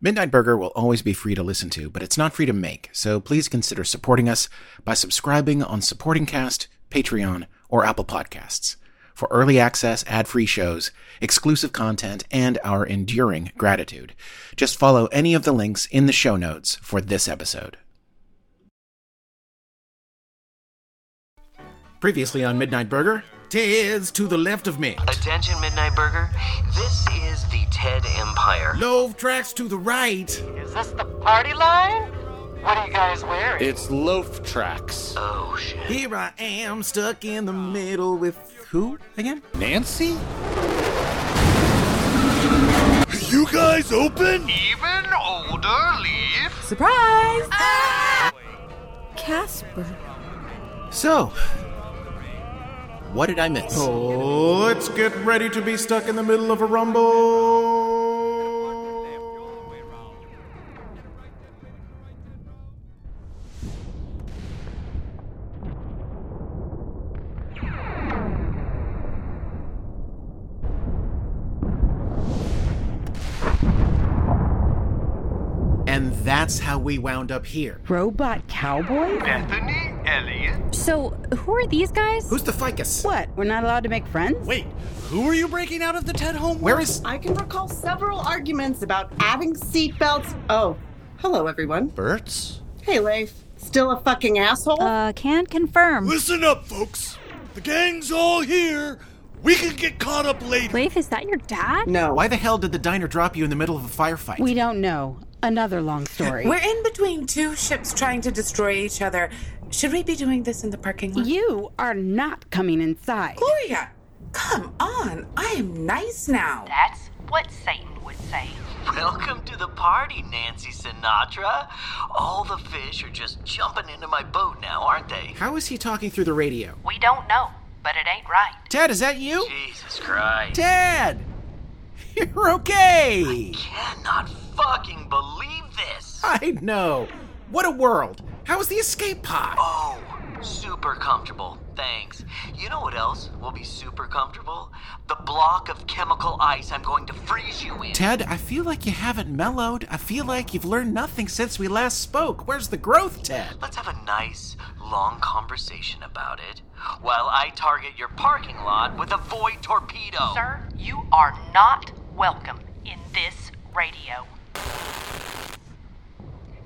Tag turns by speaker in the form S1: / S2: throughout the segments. S1: Midnight Burger will always be free to listen to, but it's not free to make, so please consider supporting us by subscribing on Supporting Cast, Patreon, or Apple Podcasts for early access, ad-free shows, exclusive content, and our enduring gratitude. Just follow any of the links in the show notes for this episode. Previously on Midnight Burger, tis to the left of me.
S2: Attention, Midnight Burger. This is the Ted Empire.
S1: Loaf tracks to the right.
S3: Is this the party line? What are you guys wearing?
S4: It's loaf tracks.
S2: Oh, shit.
S1: Here I am, stuck in the middle with who again?
S4: Nancy? You guys open?
S2: Even older leaf.
S5: Surprise! Casper.
S1: So, what did I
S6: Let's
S1: miss?
S6: Oh, get ready to be stuck in the middle of a rumble.
S1: And that's how we wound up here.
S5: Robot cowboy?
S2: Bethany Elliott.
S7: So, who are these guys?
S1: Who's the ficus?
S5: What? We're not allowed to make friends?
S4: Wait, who are you breaking out of the Ted home?
S1: Where is
S8: I can recall several arguments about adding seatbelts. Oh, hello, everyone.
S4: Bert's?
S8: Hey, Leif. Still a fucking asshole?
S7: Uh, can confirm.
S4: Listen up, folks. The gang's all here. We can get caught up later.
S7: Leif, is that your dad?
S8: no.
S1: Why the hell did the diner drop you in the middle of a firefight?
S5: We don't know. Another long story.
S9: We're in between two ships trying to destroy each other. Should we be doing this in the parking lot?
S5: you are not coming inside.
S9: Gloria, come on. I am nice now.
S10: That's what Satan would say.
S2: Welcome to the party, Nancy Sinatra. All the fish are just jumping into my boat now, aren't they?
S1: How is he talking through the radio?
S10: We don't know, but it ain't right.
S1: Ted, is that you?
S2: Jesus Christ.
S1: Ted! You're okay!
S2: Cannot fucking believe this.
S1: I know. What a world. How is the escape pod?
S2: Oh, super comfortable. Thanks. You know what else will be super comfortable? The block of chemical ice I'm going to freeze you in.
S1: Ted, I feel like you haven't mellowed. I feel like you've learned nothing since we last spoke. Where's the growth, Ted?
S2: Let's have a nice, long conversation about it while I target your parking lot with a void torpedo.
S10: Sir, you are not welcome in this radio.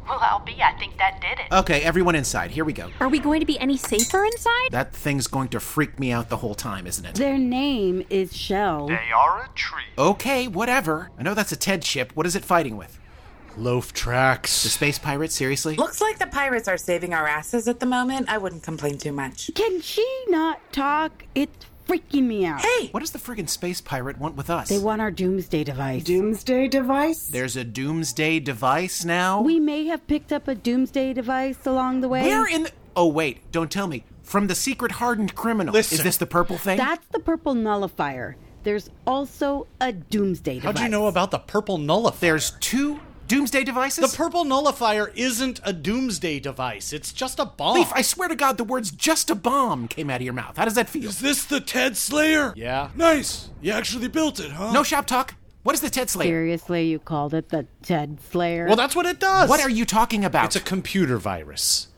S10: Well, I'll be. I think that did it.
S1: Okay, everyone inside. Here we go.
S7: Are we going to be any safer inside?
S1: That thing's going to freak me out the whole time, isn't it?
S5: Their name is Shell.
S2: are a treat.
S1: Okay, whatever. I know that's a Ted ship. What is it fighting with?
S4: Loaf
S1: The
S4: tracks.
S1: space pirate? Seriously?
S9: Looks like the pirates are saving our asses at the moment. I wouldn't complain too much.
S5: Can she not talk? It's freaking me out.
S9: Hey,
S1: What does the friggin' space pirate want with us?
S5: They want our doomsday device.
S8: Doomsday device?
S1: There's a doomsday device now?
S5: we may have picked up a doomsday device along the way.
S1: Where in the. Oh, wait. Don't tell me. From the secret hardened criminal. Is
S4: Listen.
S1: this the purple thing?
S5: That's the purple nullifier. There's also a doomsday device.
S4: How'd you know about the purple nullifier?
S1: There's two doomsday devices?
S4: The purple nullifier isn't a doomsday device. It's just a bomb.
S1: Leaf, I swear to God, the words just a bomb came out of your mouth. How does that feel?
S4: Is this the Ted Slayer? Yeah. Nice. You actually built it, huh?
S1: No shop talk. What is the Ted Slayer?
S5: Seriously, you called it the Ted Slayer?
S4: Well, that's what it does.
S1: What are you talking about?
S4: It's a computer virus.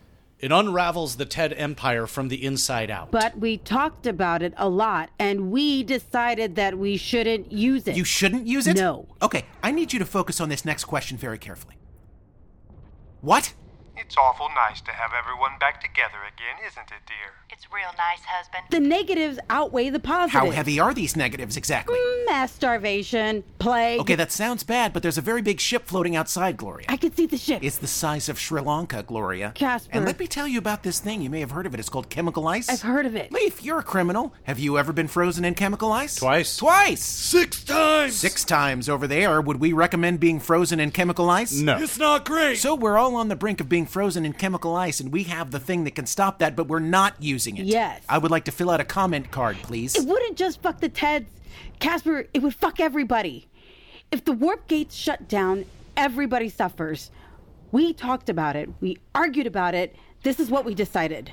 S4: It unravels the Ted Empire from the inside out.
S5: But we talked about it a lot, and we decided that we shouldn't use it.
S1: you shouldn't use it?
S5: No.
S1: Okay, I need you to focus on this next question very carefully. What?
S11: It's awful nice to have everyone back together again, isn't it, dear?
S10: It's real nice, husband.
S5: the negatives outweigh the positives.
S1: How heavy are these negatives exactly?
S5: Mass starvation, plague.
S1: Okay, that sounds bad, but there's a very big ship floating outside, Gloria.
S5: I could see the ship.
S1: It's the size of Sri Lanka, Gloria.
S5: Casper.
S1: And let me tell you about this thing. You may have heard of it. It's called chemical ice.
S5: I've heard of it.
S1: Leaf, you're a criminal. Have you ever been frozen in chemical ice?
S4: Twice.
S1: Twice!
S4: Six times!
S1: Six times over there, would we recommend being frozen in chemical ice?
S4: No. It's not great.
S1: So we're all on the brink of being frozen in chemical ice, and we have the thing that can stop that, but we're not using it.
S5: Yes.
S1: I would like to fill out a comment card, please.
S5: It wouldn't just fuck the Teds. Casper, it would fuck everybody. If the warp gates shut down, everybody suffers. We talked about it. We argued about it. This is what we decided.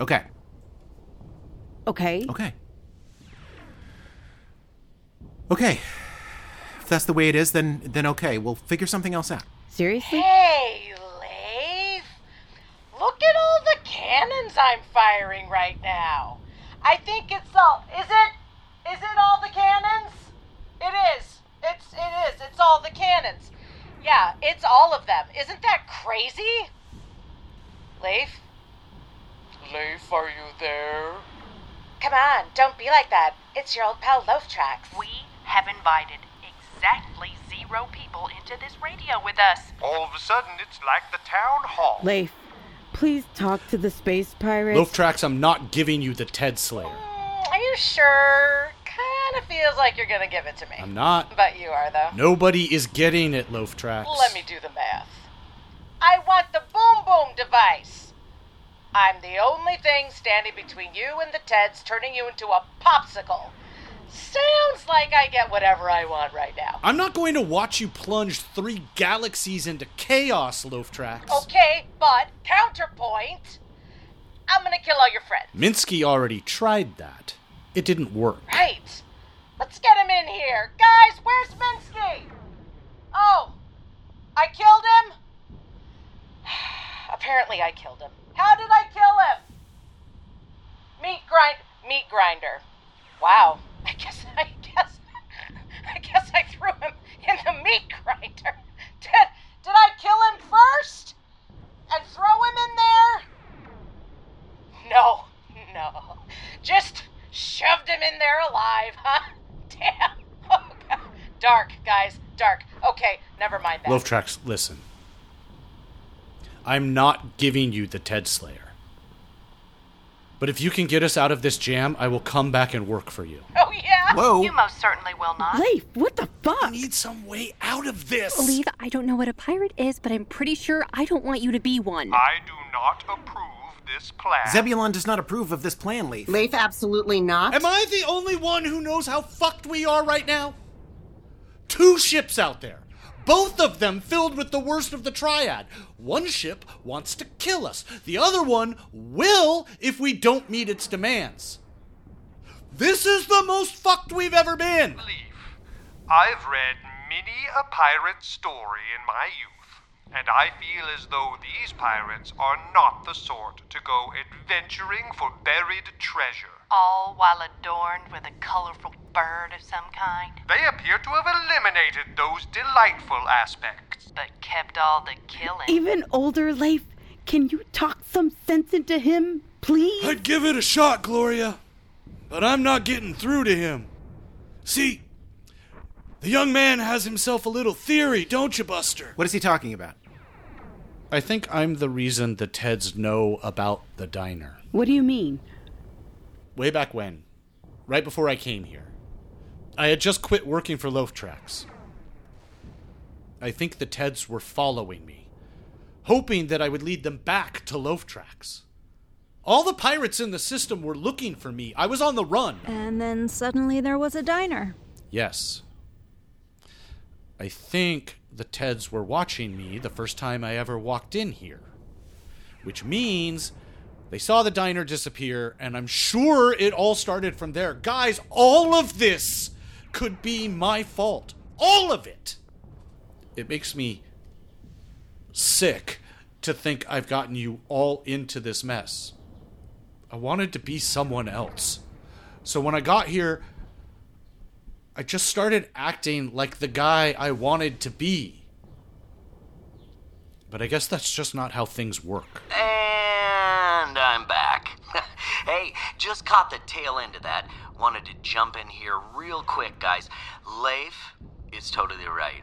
S1: Okay.
S5: Okay?
S1: Okay. Okay. If that's the way it is, then then okay. We'll figure something else out.
S5: Seriously?
S12: Hey, you Leif. Look at all the cannons I'm firing right now. I think it's all. Is it? Is it all the cannons? It is. It's. It is. It's all the cannons. Yeah, it's all of them. Isn't that crazy? Leif?
S13: Leif, are you there?
S12: Come on, don't be like that. It's your old pal Loaf Tracks.
S10: We have invited exactly zero people into this radio with us.
S11: All of a sudden, it's like the town hall.
S5: Leif, please talk to the space pirates.
S14: Loaf tracks, I'm not giving you the Ted Slayer.
S12: Mm, Are you sure? Kind of feels like you're gonna give it to me.
S14: I'm not.
S12: But you are, though.
S14: Nobody is getting it, Loaf tracks.
S12: Let me do the math. I want the boom boom device. I'm the only thing standing between you and the Teds, turning you into a popsicle. Sounds like I get whatever I want right now.
S14: I'm not going to watch you plunge three galaxies into chaos, Loaf tracks.
S12: Okay, but counterpoint. I'm gonna kill all your friends.
S14: Minsky already tried that. It didn't work.
S12: Right. Let's get him in here. Guys, where's Minsky? Oh, I killed him? Apparently I killed him. How did I kill him? Meat grind meat grinder. Wow. I guess I guess I guess I threw him in the meat grinder. Did did I kill him first? And throw him in there? No, no. Just shoved him in there alive, huh? Damn. Oh, God. Dark, guys, dark. Okay, never mind that.
S14: Loaf tracks, listen. I'm not giving you the Ted Slayer. But if you can get us out of this jam, I will come back and work for you.
S12: Oh, yeah?
S14: Whoa.
S10: You most certainly will not.
S5: Leif, what the fuck?
S14: need some way out of this.
S15: Leave, I don't know what a pirate is, but I'm pretty sure I don't want you to be one.
S11: I do not approve this plan.
S1: Zebulon does not approve of this plan, Leaf.
S16: Leif, absolutely not.
S14: Am I the only one who knows how fucked we are right now? Two ships out there. Both of them filled with the worst of the triad. One ship wants to kill us. The other one will if we don't meet its demands. This is the most fucked we've ever been.
S11: I've read many a pirate story in my youth, and I feel as though these pirates are not the sort to go adventuring for buried treasure.
S10: All while adorned with a colorful bird of some kind,
S11: They appear to have eliminated those delightful aspects.
S10: but kept all the killing.
S5: Even older Leif, can you talk some sense into him, please?
S4: I'd give it a shot, Gloria, but I'm not getting through to him. See, the young man has himself a little theory, don't you, Buster?
S1: What is he talking about?
S14: I think I'm the reason the Teds know about the diner.
S5: What do you mean?
S14: Way back when, right before I came here, I had just quit working for Loaf Tracks. I think the Teds were following me, hoping that I would lead them back to Loaf Tracks. All the pirates in the system were looking for me. I was on the run.
S15: And then suddenly there was a diner.
S14: Yes. I think the Teds were watching me the first time I ever walked in here. Which means they saw the diner disappear, and I'm sure it all started from there. Guys, all of this could be my fault. All of it. It makes me sick to think I've gotten you all into this mess. I wanted to be someone else. So when I got here, I just started acting like the guy I wanted to be. But I guess that's just not how things work.
S2: And I'm back. hey, just caught the tail end of that. Wanted to jump in here real quick, guys. Leif is totally right.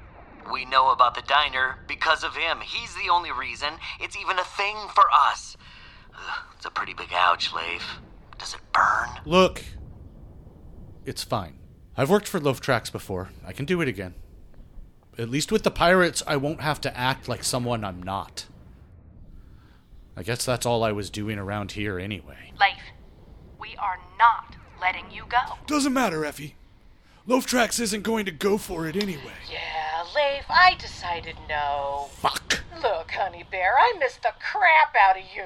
S2: We know about the diner because of him. He's the only reason it's even a thing for us. Ugh, it's a pretty big ouch, Leif. Does it burn?
S14: Look, it's fine. I've worked for Loaf Tracks before. I can do it again. At least with the pirates, I won't have to act like someone I'm not. I guess that's all I was doing around here anyway.
S10: Leif, we are not letting you go.
S4: Doesn't matter, Effie. Loaftrax isn't going to go for it anyway.
S17: Yeah, Leif, I decided no.
S14: Fuck.
S17: Look, honey bear, I missed the crap out of you.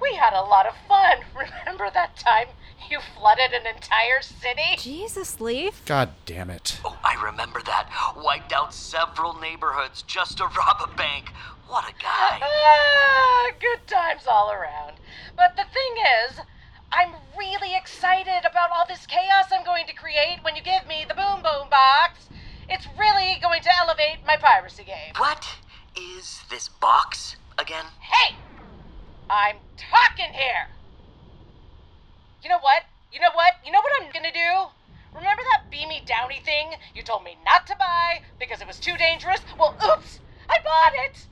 S17: We had a lot of fun. Remember that time you flooded an entire city?
S7: Jesus, Leaf.
S14: God damn it.
S2: Oh, I remember that. Wiped out several neighborhoods just to rob a bank. What a guy.
S17: Ah, good times all around. But the thing is, I'm really excited about all this chaos I'm going to create when you give me the boom boom box. It's really going to elevate my piracy game.
S2: What is this box again?
S17: Hey! I'm talking here! You know what? You know what? You know what I'm gonna do? Remember that beamy downy thing you told me not to buy because it was too dangerous? Well, oops! I bought it!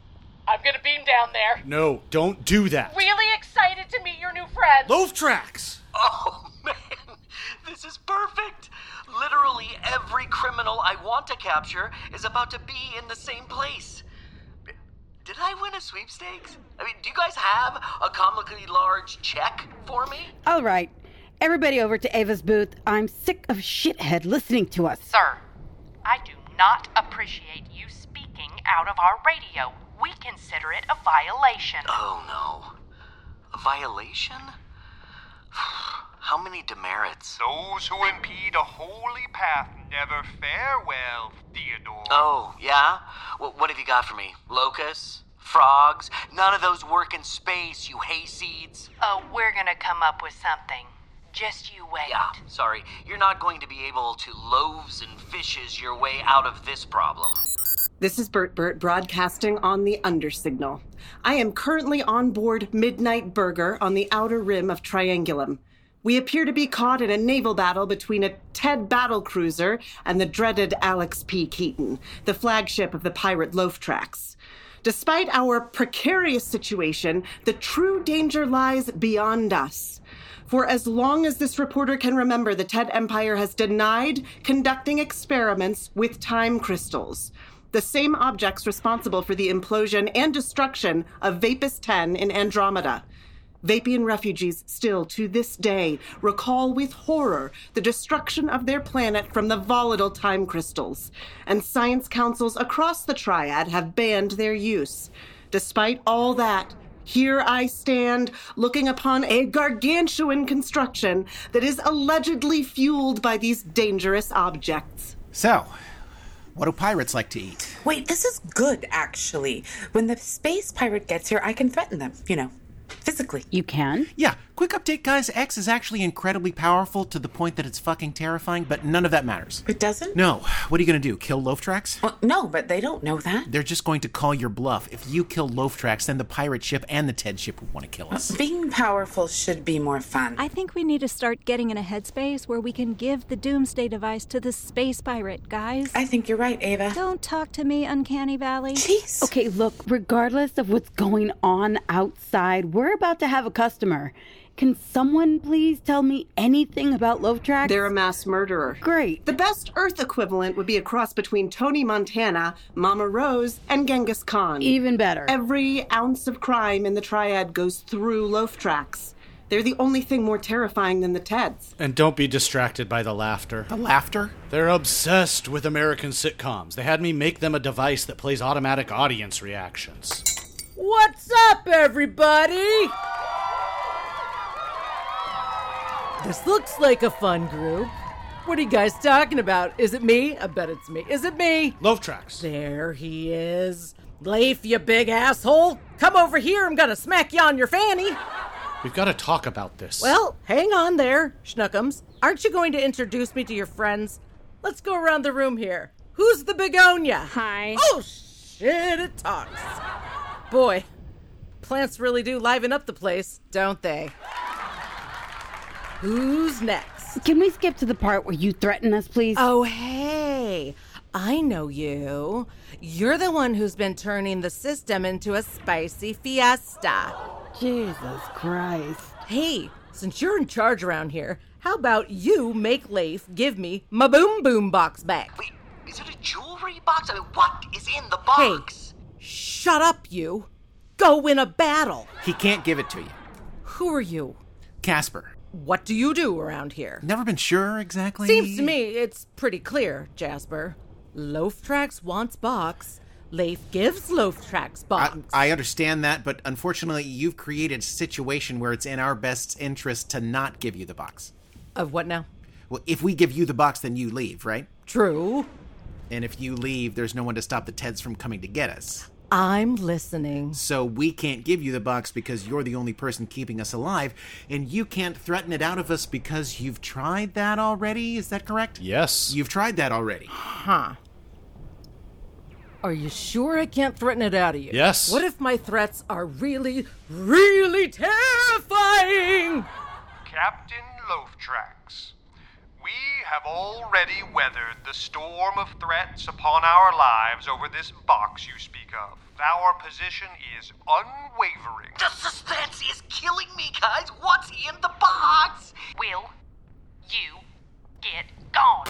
S17: I'm gonna beam down there.
S14: No, don't do that.
S17: Really excited to meet your new friends.
S14: Loaf tracks!
S2: Oh, man. This is perfect. Literally every criminal I want to capture is about to be in the same place. Did I win a sweepstakes? I mean, do you guys have a comically large check for me?
S5: All right. Everybody over to Ava's booth. I'm sick of shithead listening to us.
S10: Sir, I do not appreciate you speaking out of our radio. We consider it a violation.
S2: Oh, no. A violation? How many demerits?
S11: Those who impede a holy path never fare well, Theodore.
S2: Oh, yeah? Well, what have you got for me? Locusts? Frogs? None of those work in space, you hayseeds.
S10: Oh, we're gonna come up with something. Just you wait.
S2: Yeah, sorry. You're not going to be able to loaves and fishes your way out of this problem.
S8: This is Bert Bert broadcasting on the undersignal. I am currently on board Midnight Burger on the outer rim of Triangulum. We appear to be caught in a naval battle between a Ted battle cruiser and the dreaded Alex P. Keaton, the flagship of the pirate Loaf Tracks. Despite our precarious situation, the true danger lies beyond us. For as long as this reporter can remember, the Ted Empire has denied conducting experiments with time crystals, the same objects responsible for the implosion and destruction of Vapis 10 in Andromeda. Vapian refugees still to this day recall with horror the destruction of their planet from the volatile time crystals, and science councils across the triad have banned their use. Despite all that, here I stand looking upon a gargantuan construction that is allegedly fueled by these dangerous objects.
S1: So, what do pirates like to eat?
S9: Wait, this is good, actually. When the space pirate gets here, I can threaten them, you know, physically.
S5: You can?
S1: Yeah, quick update, guys. X is actually incredibly powerful to the point that it's fucking terrifying, but none of that matters.
S9: It doesn't?
S1: No. What are you going to do? Kill loaf tracks?
S9: Well, no, but they don't know that.
S1: They're just going to call your bluff. If you kill loaf tracks, then the pirate ship and the Ted ship will want to kill us.
S9: Being powerful should be more fun.
S7: I think we need to start getting in a headspace where we can give the doomsday device to the space pirate, guys.
S9: I think you're right, Ava.
S7: Don't talk to me, Uncanny Valley.
S9: Jeez.
S5: Okay, look, regardless of what's going on outside, we're about to have a customer. Can someone please tell me anything about Loaf Tracks?
S8: They're a mass murderer.
S5: Great.
S8: The best Earth equivalent would be a cross between Tony Montana, Mama Rose, and Genghis Khan.
S5: Even better.
S8: Every ounce of crime in the triad goes through Loaf Tracks. They're the only thing more terrifying than the Teds.
S14: And don't be distracted by the laughter.
S1: The laughter?
S14: They're obsessed with American sitcoms. They had me make them a device that plays automatic audience reactions.
S12: What's up, everybody? This looks like a fun group. What are you guys talking about? Is it me? I bet it's me. Is it me?
S14: Loaf tracks.
S12: There he is. Leif, you big asshole. Come over here. I'm going to smack you on your fanny.
S14: We've got to talk about this.
S12: Well, hang on there, Schnuckums. Aren't you going to introduce me to your friends? Let's go around the room here. Who's the begonia?
S7: Hi.
S12: Oh, shit, it talks. Boy, plants really do liven up the place, don't they? Who's next?
S5: Can we skip to the part where you threaten us, please?
S12: Oh, hey. I know you. You're the one who's been turning the system into a spicy fiesta.
S5: Jesus Christ.
S12: Hey, since you're in charge around here, how about you make Leif give me my boom boom box back?
S2: Wait, Is it a jewelry box? I mean, what is in the box?
S12: Hey, shut up, you. Go win a battle.
S1: He can't give it to you.
S12: Who are you?
S1: Casper.
S12: What do you do around here?
S1: Never been sure exactly.
S12: Seems to me it's pretty clear, Jasper. Loaf Tracks wants box. Leif gives Loaf Tracks box.
S1: I understand that, but unfortunately, you've created a situation where it's in our best interest to not give you the box.
S12: of what now?
S1: Well, if we give you the box, then you leave, right?
S12: True.
S1: And if you leave, there's no one to stop the Teds from coming to get us.
S12: I'm listening.
S1: So we can't give you the box because you're the only person keeping us alive, and you can't threaten it out of us because you've tried that already. Is that correct?
S14: Yes.
S1: You've tried that already.
S12: Huh. Are you sure I can't threaten it out of you?
S1: Yes.
S12: What if my threats are really, really terrifying?
S11: Captain Loaftracks, we have already weathered the storm of threats upon our lives over this box you speak of. Our position is unwavering.
S2: The suspense is killing me, guys. What's in the box?
S10: Will you get gone?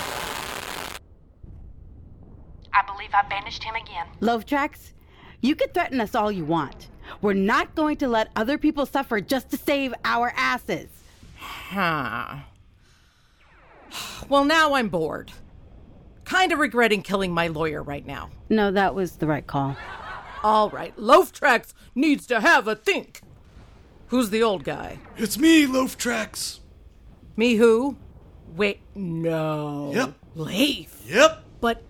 S10: I believe I banished him again.
S5: Love Tracks, you can threaten us all you want. We're not going to let other people suffer just to save our asses.
S12: Huh. Well, now I'm bored. Kind of regretting killing my lawyer right now.
S5: No, that was the right call.
S12: All right, Loaf Tracks needs to have a think. Who's the old guy?
S4: It's me, Loaf Tracks.
S12: Me who? Wait, no. Yep. Leaf.
S4: Yep.
S12: But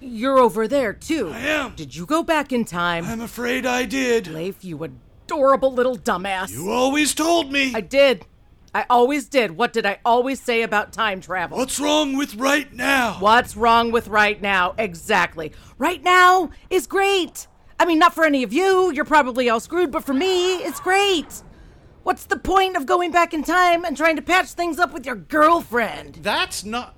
S12: you're over there too. I
S4: am.
S12: Did you go back in time? I'm
S4: afraid I did.
S12: Leaf, you adorable little dumbass.
S4: You always told me.
S12: I did. I always did. What did I always say about time travel?
S4: What's wrong with right now?
S12: What's wrong with right now? Exactly. Right now is great. I mean, not for any of you. You're probably all screwed, but for me, it's great. What's the point of going back in time and trying to patch things up with your girlfriend?
S14: That's not.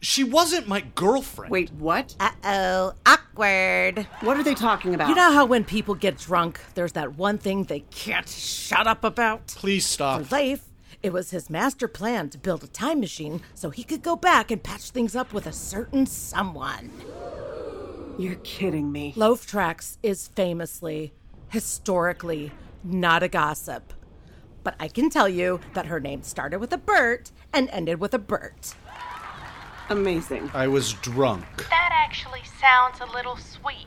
S14: She wasn't my girlfriend.
S8: Wait, what?
S12: Uh oh, awkward.
S8: What are they talking about?
S12: You know how when people get drunk, there's that one thing they can't shut up about?
S14: Please stop.
S12: For Leif, it was his master plan to build a time machine so he could go back and patch things up with a certain someone.
S8: You're kidding me.
S12: Loaf Tracks is famously, historically, not a gossip. But I can tell you that her name started with a Bert and ended with a Bert.
S8: Amazing.
S14: I was drunk.
S10: That actually sounds a little sweet,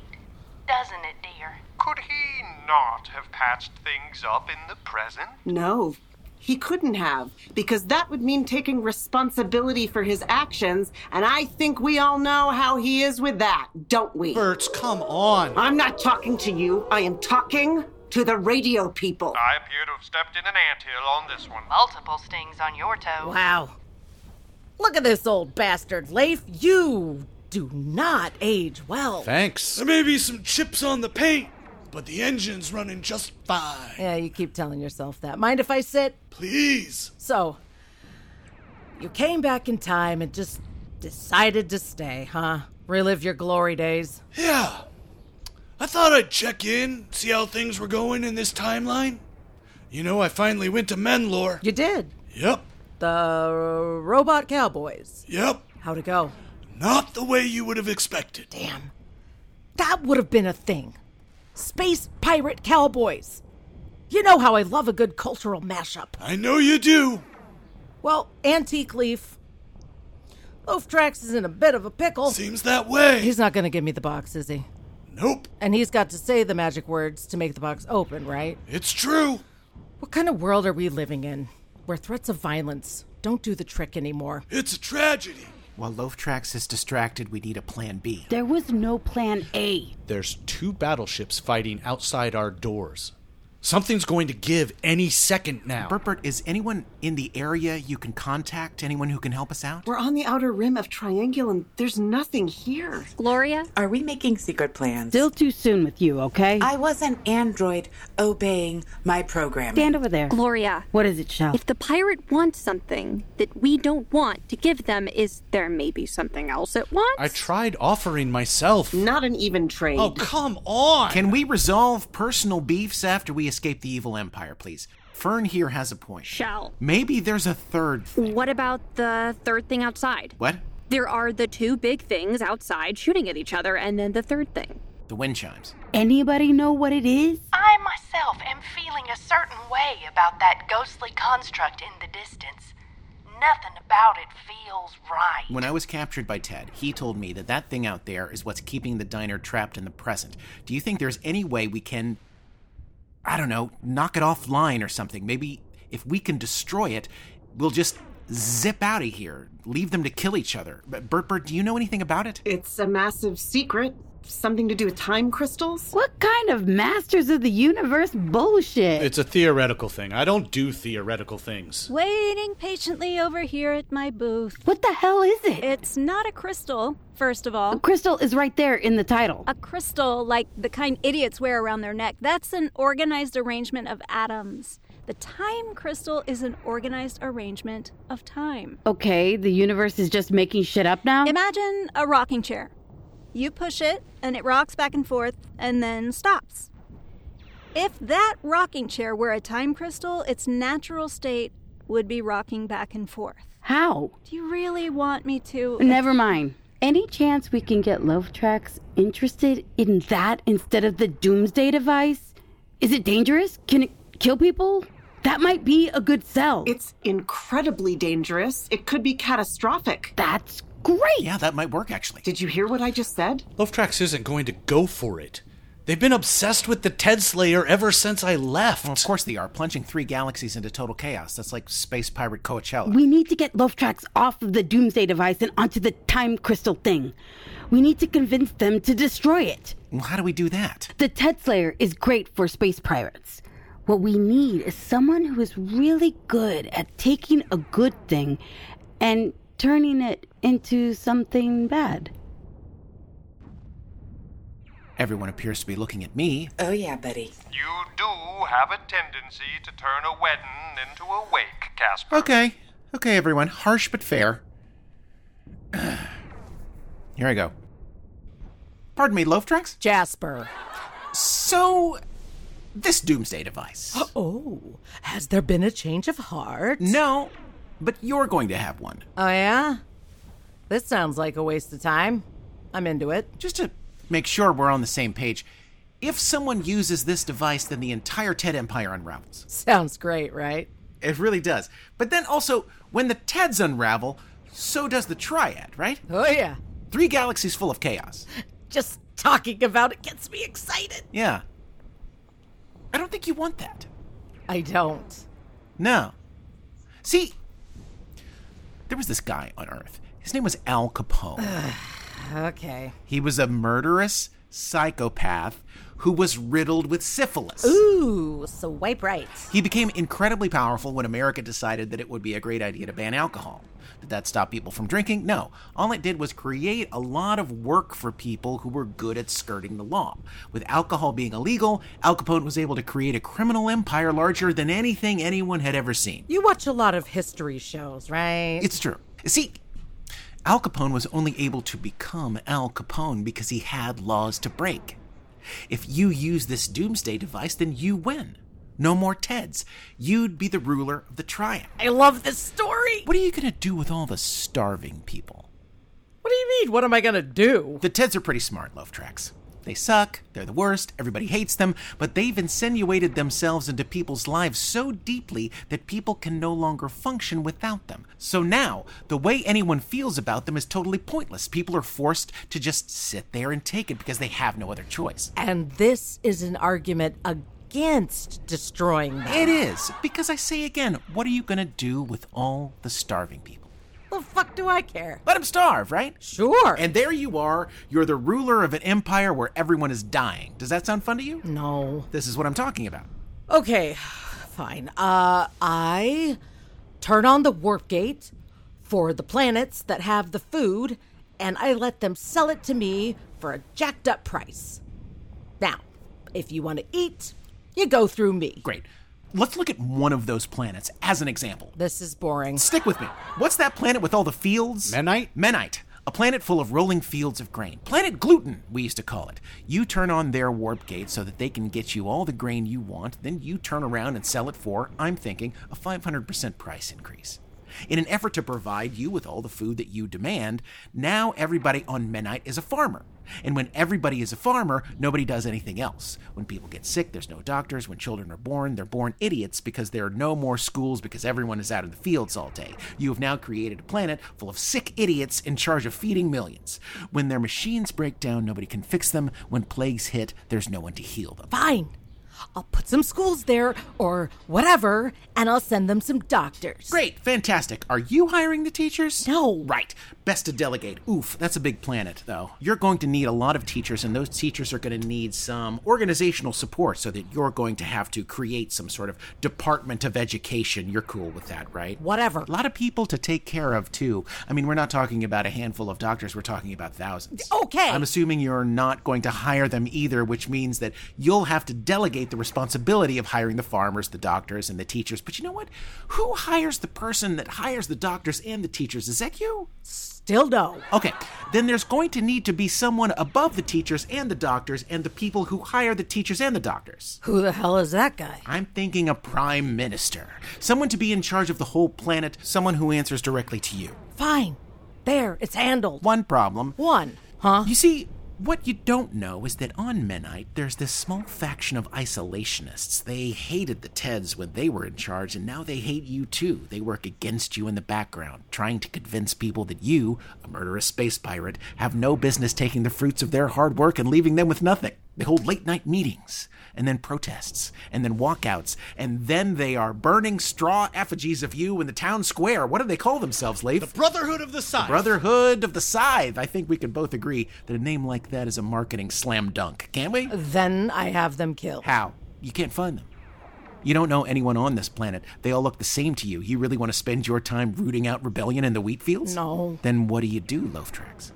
S10: doesn't it, dear?
S11: Could he not have patched things up in the present?
S8: No, he couldn't have, because that would mean taking responsibility for his actions, and I think we all know how he is with that, don't we?
S14: Berts, come on.
S8: I'm not talking to you, I am talking to the radio people.
S11: I appear to have stepped in an anthill on this one.
S10: Multiple stings on your toe.
S12: Wow. Look at this old bastard, Leif. You do not age well.
S14: Thanks.
S4: There may be some chips on the paint, but the engine's running just fine.
S12: Yeah, you keep telling yourself that. Mind if I sit?
S4: Please.
S12: So, you came back in time and just decided to stay, huh? Relive your glory days.
S4: Yeah. I thought I'd check in, see how things were going in this timeline. You know, I finally went to Menlor.
S12: You did.
S4: Yep,
S12: The Robot Cowboys.
S4: yep.
S12: How'd it go?
S4: Not the way you would have expected.
S12: Damn. That would have been a thing. Space Pirate Cowboys. You know how I love a good cultural mashup.
S4: I know you do.
S12: Well, Antique Leaf. Loaf Trax is in a bit of a pickle.
S4: Seems that way.
S12: He's not going to give me the box, is he?
S4: Nope,
S12: And he's got to say the magic words to make the box open, right?
S4: it's true.
S12: What kind of world are we living in where threats of violence don't do the trick anymore?
S4: It's a tragedy.
S1: While Loaftrax is distracted, we need a plan B.
S5: There was no plan A.
S14: There's two battleships fighting outside our doors. Something's going to give any second now.
S1: Burpert, is anyone in the area you can contact? Anyone who can help us out?
S8: We're on the outer rim of Triangulum. There's nothing here.
S7: Gloria?
S9: Are we making secret plans?
S5: Still too soon with you, okay?
S9: I was an android obeying my program.
S5: Stand over there.
S7: Gloria,
S5: What is it, Shell?
S7: if the pirate wants something that we don't want to give them, is there maybe something else it wants?
S14: I tried offering myself.
S8: Not an even trade.
S14: Oh, come on.
S1: Can we resolve personal beefs after we escape the evil empire, please? Fern here has a point.
S7: Shall.
S1: Maybe there's a third.
S7: What about the third thing outside?
S1: What?
S18: There are the two big things outside shooting at each other, and then the third thing.
S1: The wind chimes.
S5: Anybody know what it is?
S10: I myself am feeling a certain way about that ghostly construct in the distance. Nothing about it feels right.
S1: When I was captured by Ted, he told me that that thing out there is what's keeping the diner trapped in the present. Do you think there's any way we can, I don't know, knock it offline or something? Maybe if we can destroy it, we'll just zip out of here, leave them to kill each other. But Bert, Bert, do you know anything about it?
S8: It's a massive secret. Something to do with time crystals?
S5: What kind of masters of the universe bullshit?
S14: It's a theoretical thing. I don't do theoretical things.
S7: Waiting patiently over here at my booth.
S5: What the hell is it?
S7: It's not a crystal, first of all.
S5: A crystal is right there in the title.
S12: Uh,
S7: A crystal, like the kind idiots wear around their neck, that's an organized arrangement of atoms. The time crystal is an organized arrangement of time.
S5: Okay, the universe is just making shit up now?
S7: Imagine a rocking chair. You push it, and it rocks back and forth, and then stops. If that rocking chair were a time crystal, its natural state would be rocking back and forth.
S5: How?
S7: Do you really want me to?
S5: Never mind. Any chance we can get Love Tracks interested in that instead of the doomsday device? Is it dangerous? Can it kill people? That might be a good sell.
S8: It's incredibly dangerous. It could be catastrophic.
S5: That's great.
S1: Yeah, that might work actually.
S8: Did you hear what I just said?
S14: Lovetrax isn't going to go for it. They've been obsessed with the Ted Slayer ever since I left.
S1: Well, of course they are, plunging three galaxies into total chaos. That's like Space Pirate Coachella.
S5: We need to get Lovetrax off of the doomsday device and onto the time crystal thing. We need to convince them to destroy it.
S1: Well, how do we do that?
S5: The Ted Slayer is great for space pirates. What we need is someone who is really good at taking a good thing and turning it into something bad.
S1: Everyone appears to be looking at me.
S9: Oh, yeah, buddy.
S11: You do have a tendency to turn a wedding into a wake, Casper.
S1: Okay, okay, everyone. Harsh but fair. Here I go. Pardon me, Loaftrax?
S12: Jasper.
S1: So, this doomsday device.
S12: Oh, has there been a change of heart?
S1: No, but you're going to have one.
S12: Oh, yeah? This sounds like a waste of time. I'm into it.
S1: Just to make sure we're on the same page, if someone uses this device, then the entire TED Empire unravels.
S12: Sounds great, right?
S1: It really does. But then also, when the TEDs unravel, so does the Triad, right?
S12: Oh, yeah.
S1: Three galaxies full of chaos.
S12: Just talking about it gets me excited.
S1: Yeah. I don't think you want that.
S12: I don't.
S1: No. See, there was this guy on Earth. His name was Al Capone.
S12: okay.
S1: He was a murderous psychopath who was riddled with syphilis.
S12: Ooh, so wipe right.
S1: He became incredibly powerful when America decided that it would be a great idea to ban alcohol. Did that stop people from drinking? No. All it did was create a lot of work for people who were good at skirting the law. With alcohol being illegal, Al Capone was able to create a criminal empire larger than anything anyone had ever seen.
S12: You watch a lot of history shows, right?
S1: It's true. See, Al Capone was only able to become Al Capone because he had laws to break. If you use this doomsday device, then you win. No more Teds. You'd be the ruler of the triad.
S12: I love this story.
S1: What are you going to do with all the starving people?
S12: What do you mean? What am I going to do?
S1: The Teds are pretty smart, Love Tracks. They suck, they're the worst, everybody hates them, but they've insinuated themselves into people's lives so deeply that people can no longer function without them. So now, the way anyone feels about them is totally pointless. People are forced to just sit there and take it because they have no other choice.
S12: And this is an argument against destroying them.
S1: It is, because I say again, what are you going to do with all the starving people?
S12: The fuck do I care?
S1: Let them starve, right?
S12: Sure.
S1: And there you are. You're the ruler of an empire where everyone is dying. Does that sound fun to you?
S12: No.
S1: This is what I'm talking about.
S12: Okay, fine. Uh, I turn on the warp gate for the planets that have the food, and I let them sell it to me for a jacked up price. Now, if you want to eat, you go through me.
S1: Great. Let's look at one of those planets as an example.
S12: This is boring.
S1: Stick with me. What's that planet with all the fields?
S14: Menite?
S1: Menite. A planet full of rolling fields of grain. Planet Gluten, we used to call it. You turn on their warp gate so that they can get you all the grain you want, then you turn around and sell it for, I'm thinking, a 500% price increase. In an effort to provide you with all the food that you demand, now everybody on Menite is a farmer. And when everybody is a farmer, nobody does anything else. When people get sick, there's no doctors. When children are born, they're born idiots because there are no more schools because everyone is out in the fields all day. You have now created a planet full of sick idiots in charge of feeding millions. When their machines break down, nobody can fix them. When plagues hit, there's no one to heal them.
S12: Fine. I'll put some schools there or whatever, and I'll send them some doctors.
S1: Great, fantastic. Are you hiring the teachers?
S12: No.
S1: Right. Best to delegate. Oof, that's a big planet, though. You're going to need a lot of teachers, and those teachers are going to need some organizational support so that you're going to have to create some sort of department of education. You're cool with that, right?
S12: Whatever.
S1: A lot of people to take care of, too. I mean, we're not talking about a handful of doctors, we're talking about thousands.
S12: Okay.
S1: I'm assuming you're not going to hire them either, which means that you'll have to delegate the responsibility of hiring the farmers, the doctors, and the teachers. But you know what? Who hires the person that hires the doctors and the teachers? Is that you?
S12: Still no.
S1: Okay, then there's going to need to be someone above the teachers and the doctors and the people who hire the teachers and the doctors.
S12: Who the hell is that guy?
S1: I'm thinking a prime minister. Someone to be in charge of the whole planet, someone who answers directly to you.
S12: Fine. There, it's handled.
S1: One problem.
S12: One, huh?
S1: You see, what you don't know is that on Menite, there's this small faction of isolationists. They hated the Teds when they were in charge, and now they hate you too. They work against you in the background, trying to convince people that you, a murderous space pirate, have no business taking the fruits of their hard work and leaving them with nothing. They hold late night meetings, and then protests, and then walkouts, and then they are burning straw effigies of you in the town square. What do they call themselves, Leif?
S14: The Brotherhood of the Scythe.
S1: The Brotherhood of the Scythe. I think we can both agree that a name like that is a marketing slam dunk, can we?
S12: Then I have them killed.
S1: How? You can't find them. You don't know anyone on this planet. They all look the same to you. You really want to spend your time rooting out rebellion in the wheat fields?
S12: No.
S1: Then what do you do, Loaf Tracks?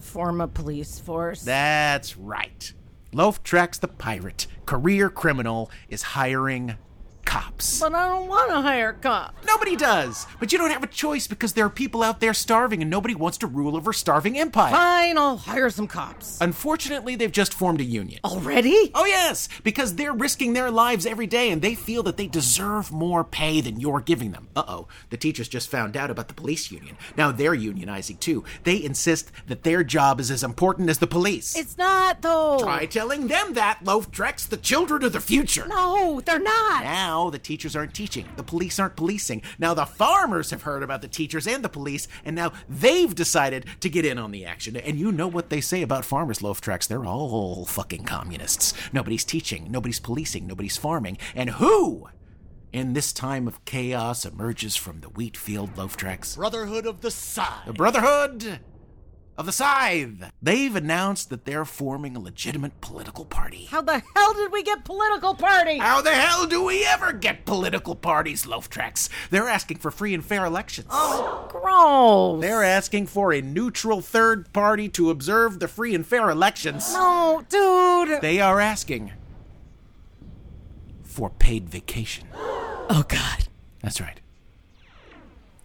S12: Form a police force.
S1: That's right. Loaf Tracks the pirate, career criminal, is hiring cops.
S12: But I don't want to hire cops.
S1: Nobody does. But you don't have a choice because there are people out there starving and nobody wants to rule over starving empire.
S12: Fine, I'll hire some cops.
S1: Unfortunately, they've just formed a union.
S12: Already?
S1: Oh, yes, because they're risking their lives every day and they feel that they deserve more pay than you're giving them. Uh oh, the teachers just found out about the police union. Now they're unionizing too. They insist that their job is as important as the police.
S12: It's not, though.
S1: Try telling them that, Loaf Trex, the children of the future.
S12: No, they're not.
S1: Now, now the teachers aren't teaching, the police aren't policing. Now the farmers have heard about the teachers and the police, and now they've decided to get in on the action. And you know what they say about farmers' loaf tracks. They're all fucking communists. Nobody's teaching, nobody's policing, nobody's farming. And who? In this time of chaos emerges from the wheat field loaf tracks.
S14: Brotherhood of the Scythe.
S1: The Brotherhood of the Scythe. They've announced that they're forming a legitimate political party.
S12: How the hell did we get political party?
S1: How the hell do we ever get political parties, Loaf Tracks? They're asking for free and fair elections.
S12: Oh, gross.
S1: They're asking for a neutral third party to observe the free and fair elections.
S12: No, dude.
S1: They are asking for paid vacation.
S12: oh, God.
S1: That's right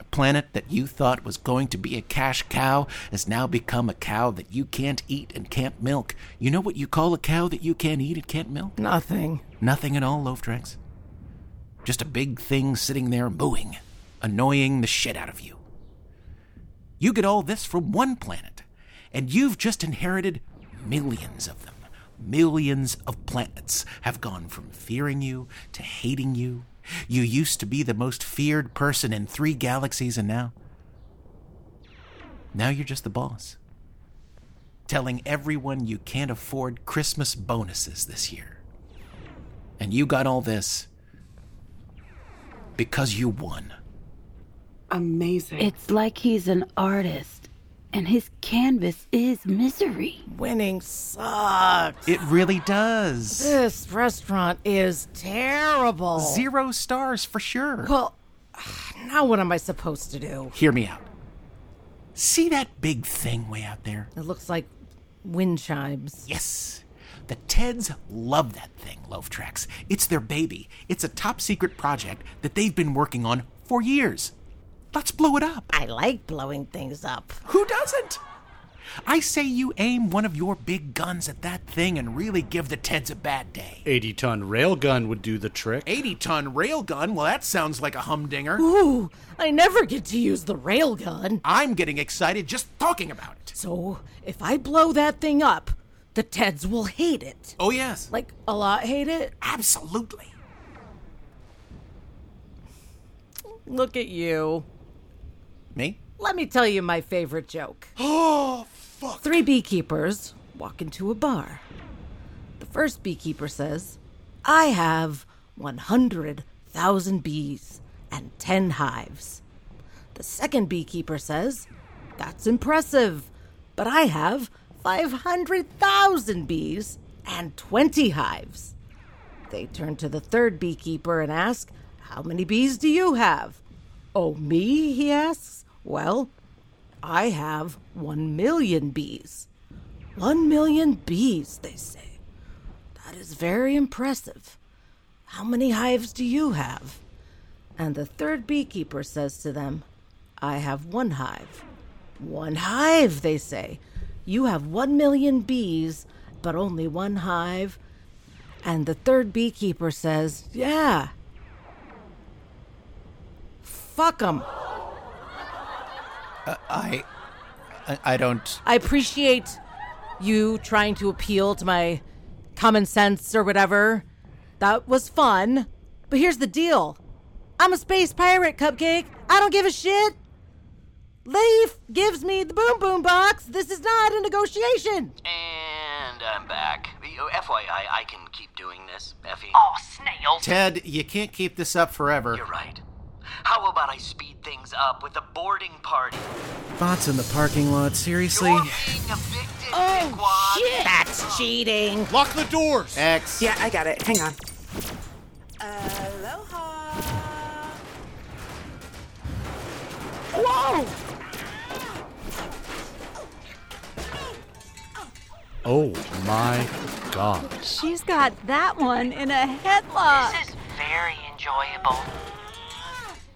S1: planet that you thought was going to be a cash cow has now become a cow that you can't eat and can't milk. You know what you call a cow that you can't eat and can't milk?
S12: Nothing.
S1: Nothing at all, Loaf Tracks. Just a big thing sitting there mooing, annoying the shit out of you. You get all this from one planet, and you've just inherited millions of them. Millions of planets have gone from fearing you to hating you you used to be the most feared person in three galaxies, and now. Now you're just the boss. Telling everyone you can't afford Christmas bonuses this year. And you got all this because you won.
S8: Amazing.
S5: It's like he's an artist, and his canvas is misery.
S12: Winning sucks.
S1: It really does.
S12: This restaurant is terrible.
S1: Zero stars for sure.
S12: Well, now what am I supposed to do?
S1: Hear me out. See that big thing way out there?
S12: It looks like wind chimes.
S1: Yes. The Teds love that thing, Loaf Tracks. It's their baby. It's a top secret project that they've been working on for years. Let's blow it up.
S12: I like blowing things up.
S1: Who doesn't? I say you aim one of your big guns at that thing and really give the Teds a bad day.
S14: 80 ton railgun would do the trick.
S1: 80 ton railgun? Well, that sounds like a humdinger.
S12: Ooh, I never get to use the railgun.
S1: I'm getting excited just talking about it.
S12: So, if I blow that thing up, the Teds will hate it.
S1: Oh, yes.
S12: Like, a lot hate it?
S1: Absolutely.
S12: Look at you.
S1: Me?
S12: Let me tell you my favorite joke.
S4: Oh, fuck.
S12: Three beekeepers walk into a bar. The first beekeeper says, I have 100,000 bees and 10 hives. The second beekeeper says, That's impressive, but I have 500,000 bees and 20 hives. They turn to the third beekeeper and ask, How many bees do you have? Oh, me? he asks. Well, I have 1 million bees. 1 million bees, they say. That is very impressive. How many hives do you have? And the third beekeeper says to them, I have one hive. One hive, they say. You have 1 million bees, but only one hive. And the third beekeeper says, Yeah. Fuck 'em.
S19: Uh, I, I, I don't.
S12: I appreciate you trying to appeal to my common sense or whatever. That was fun. But here's the deal I'm a space pirate, Cupcake. I don't give a shit. Leaf gives me the boom boom box. This is not a negotiation.
S2: And I'm back. You- FYI, I can keep doing this, Effie.
S10: Oh, snail.
S19: Ted, you can't keep this up forever.
S2: You're right. How about I speed things up with a boarding party?
S19: Bots in the parking lot, seriously?
S2: Oh,
S12: shit! That's cheating.
S14: Lock the doors.
S19: X.
S9: Yeah, I got it. Hang on.
S12: Whoa!
S14: Oh my god.
S7: She's got that one in a headlock.
S10: This is very enjoyable.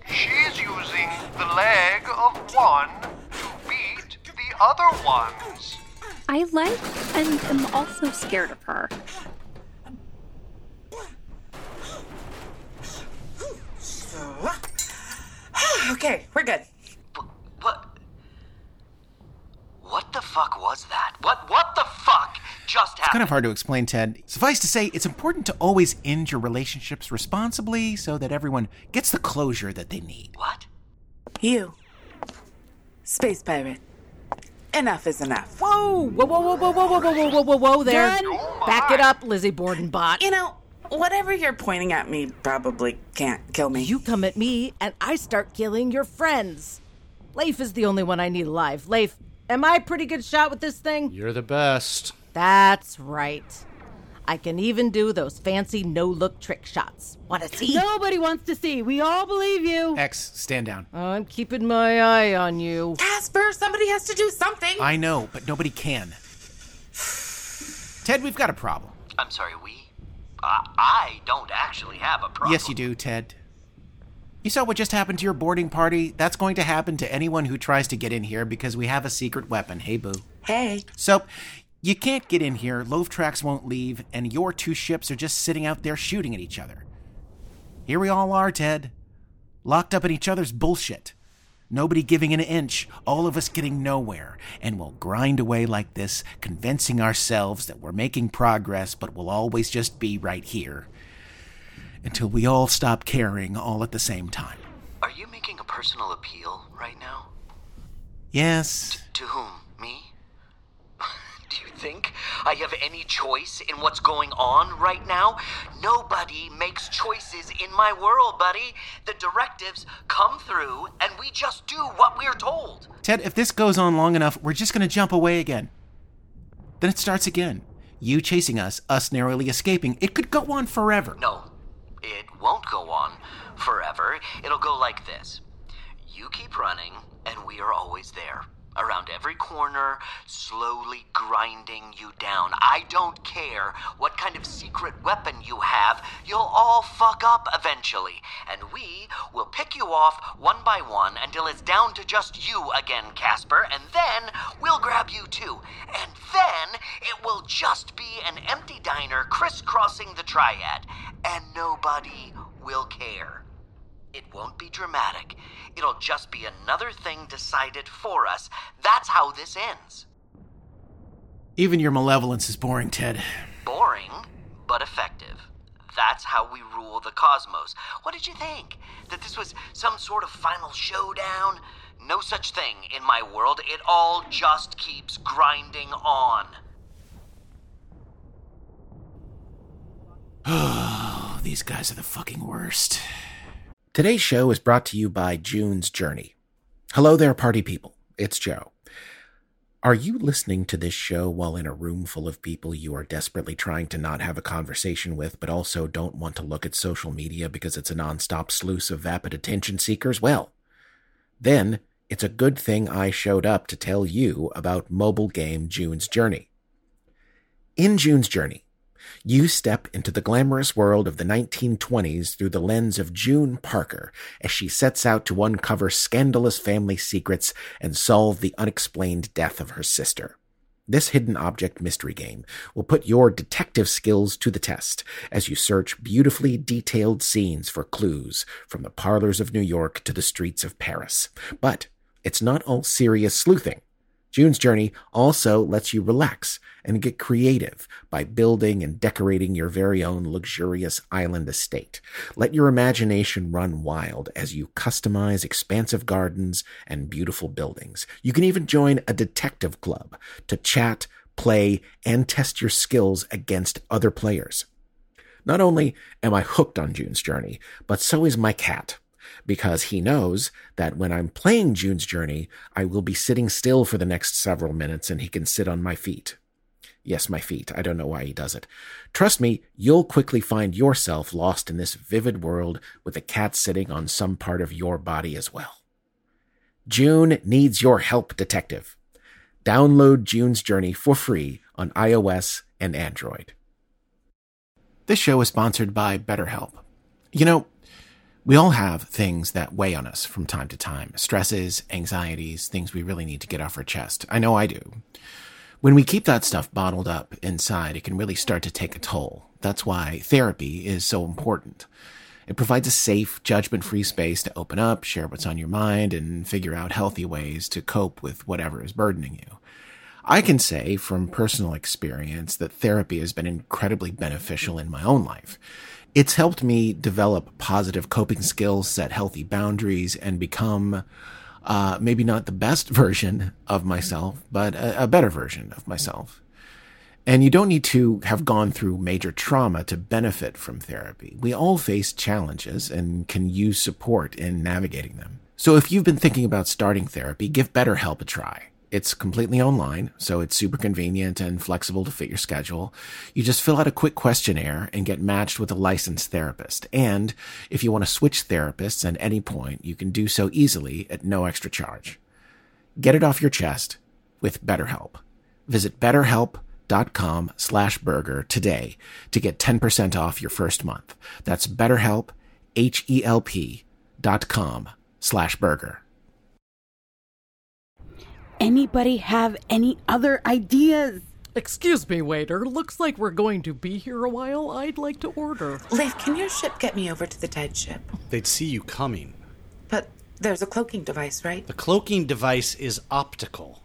S11: She's using the leg of one to beat the other ones.
S18: I like and am also scared of her.
S9: okay, we're good.
S2: What the fuck was that? What what the fuck just
S1: It's
S2: happened?
S1: kind of hard to explain, Ted. Suffice to say, it's important to always end your relationships responsibly so that everyone gets the closure that they need.
S2: What?
S9: You. Space pirate. Enough is enough.
S12: Whoa! Whoa, whoa, whoa, whoa, whoa, whoa, whoa, whoa, whoa, whoa there.
S9: Done.
S12: Back it up, Lizzie Bordenbot.
S9: You know, whatever you're pointing at me probably can't kill me.
S12: You come at me, and I start killing your friends. Leif is the only one I need alive. Leif, am I a pretty good shot with this thing?
S14: You're the best.
S12: That's right. I can even do those fancy no look trick shots. Want to see?
S5: Nobody wants to see. We all believe you.
S1: X, stand down.
S12: I'm keeping my eye on you.
S9: Casper, somebody has to do something.
S1: I know, but nobody can. Ted, we've got a problem.
S2: I'm sorry, we I I don't actually have a problem.
S1: Yes, you do, Ted. You saw what just happened to your boarding party? That's going to happen to anyone who tries to get in here because we have a secret weapon. Hey, Boo.
S9: Hey.
S1: So, you can't get in here, Loaf Tracks won't leave, and your two ships are just sitting out there shooting at each other. Here we all are, Ted. Locked up in each other's bullshit. Nobody giving an inch, all of us getting nowhere, and we'll grind away like this, convincing ourselves that we're making progress, but we'll always just be right here. Until we all stop caring all at the same time.
S2: Are you making a personal appeal right now?
S1: Yes,
S2: To whom? Me? Do you think I have any choice in what's going on right now? Nobody makes choices in my world, buddy. The directives come through and we just do what we're told.
S1: Ted, if this goes on long enough, we're just going to jump away again. Then it starts again. You chasing us, us narrowly escaping. It could go on forever.
S2: No, it won't go on forever. It'll go like this You keep running, and we are always there. around every corner, slowly grinding you down. I don't care what kind of secret weapon you have, you'll all fuck up eventually. And we will pick you off one by one until it's down to just you again, Casper, and then we'll grab you too. And then it will just be an empty diner crisscrossing the triad, and nobody will care. It won't be dramatic. It'll just be another thing decided for us. That's how this ends.
S1: Even your malevolence is boring, Ted.
S2: Boring, but effective. That's how we rule the cosmos. What did you think? That this was some sort of final showdown? No such thing in my world. It all just keeps grinding on.
S1: Oh, these guys are the fucking worst. Today's show is brought to you by June's Journey. Hello there, party people. It's Joe. Are you listening to this show while in a room full of people you are desperately trying to not have a conversation with, but also don't want to look at social media because it's a nonstop sluice of vapid attention seekers? Well, then it's a good thing I showed up to tell you about mobile game June's Journey. In June's Journey, you step into the glamorous world of the 1920s through the lens of June Parker as she sets out to uncover scandalous family secrets and solve the unexplained death of her sister. This hidden object mystery game will put your detective skills to the test as you search beautifully detailed scenes for clues from the parlors of New York to the streets of Paris. But it's not all serious sleuthing. June's Journey also lets you relax and get creative by building and decorating your very own luxurious island estate. Let your imagination run wild as you customize expansive gardens and beautiful buildings. You can even join a detective club to chat, play, and test your skills against other players. Not only am I hooked on June's Journey, but so is my cat because he knows that when I'm playing June's Journey, I will be sitting still for the next several minutes and he can sit on my feet. Yes, my feet. I don't know why he does it. Trust me, you'll quickly find yourself lost in this vivid world with a cat sitting on some part of your body as well. June needs your help, detective. Download June's Journey for free on iOS and Android. This show is sponsored by BetterHelp. You know, we all have things that weigh on us from time to time stresses, anxieties, things we really need to get off our chest. I know I do. When we keep that stuff bottled up inside, it can really start to take a toll. That's why therapy is so important. It provides a safe, judgment free space to open up, share what's on your mind, and figure out healthy ways to cope with whatever is burdening you. I can say from personal experience that therapy has been incredibly beneficial in my own life. It's helped me develop positive coping skills, set healthy boundaries, and become uh, maybe not the best version of myself, but a, a better version of myself. And you don't need to have gone through major trauma to benefit from therapy. We all face challenges and can use support in navigating them. So if you've been thinking about starting therapy, give BetterHelp a try. It's completely online, so it's super convenient and flexible to fit your schedule. You just fill out a quick questionnaire and get matched with a licensed therapist. And if you want to switch therapists at any point, you can do so easily at no extra charge. Get it off your chest with BetterHelp. Visit betterhelp.com slash burger today to get 10% off your first month. That's betterhelp, H-E-L-P dot com slash burger
S5: anybody have any other ideas?
S20: Excuse me, waiter. Looks like we're going to be here a while. I'd like to order.
S9: Leif, can your ship get me over to the dead ship?
S14: They'd see you coming.
S9: But there's a cloaking device, right?
S14: The cloaking device is optical.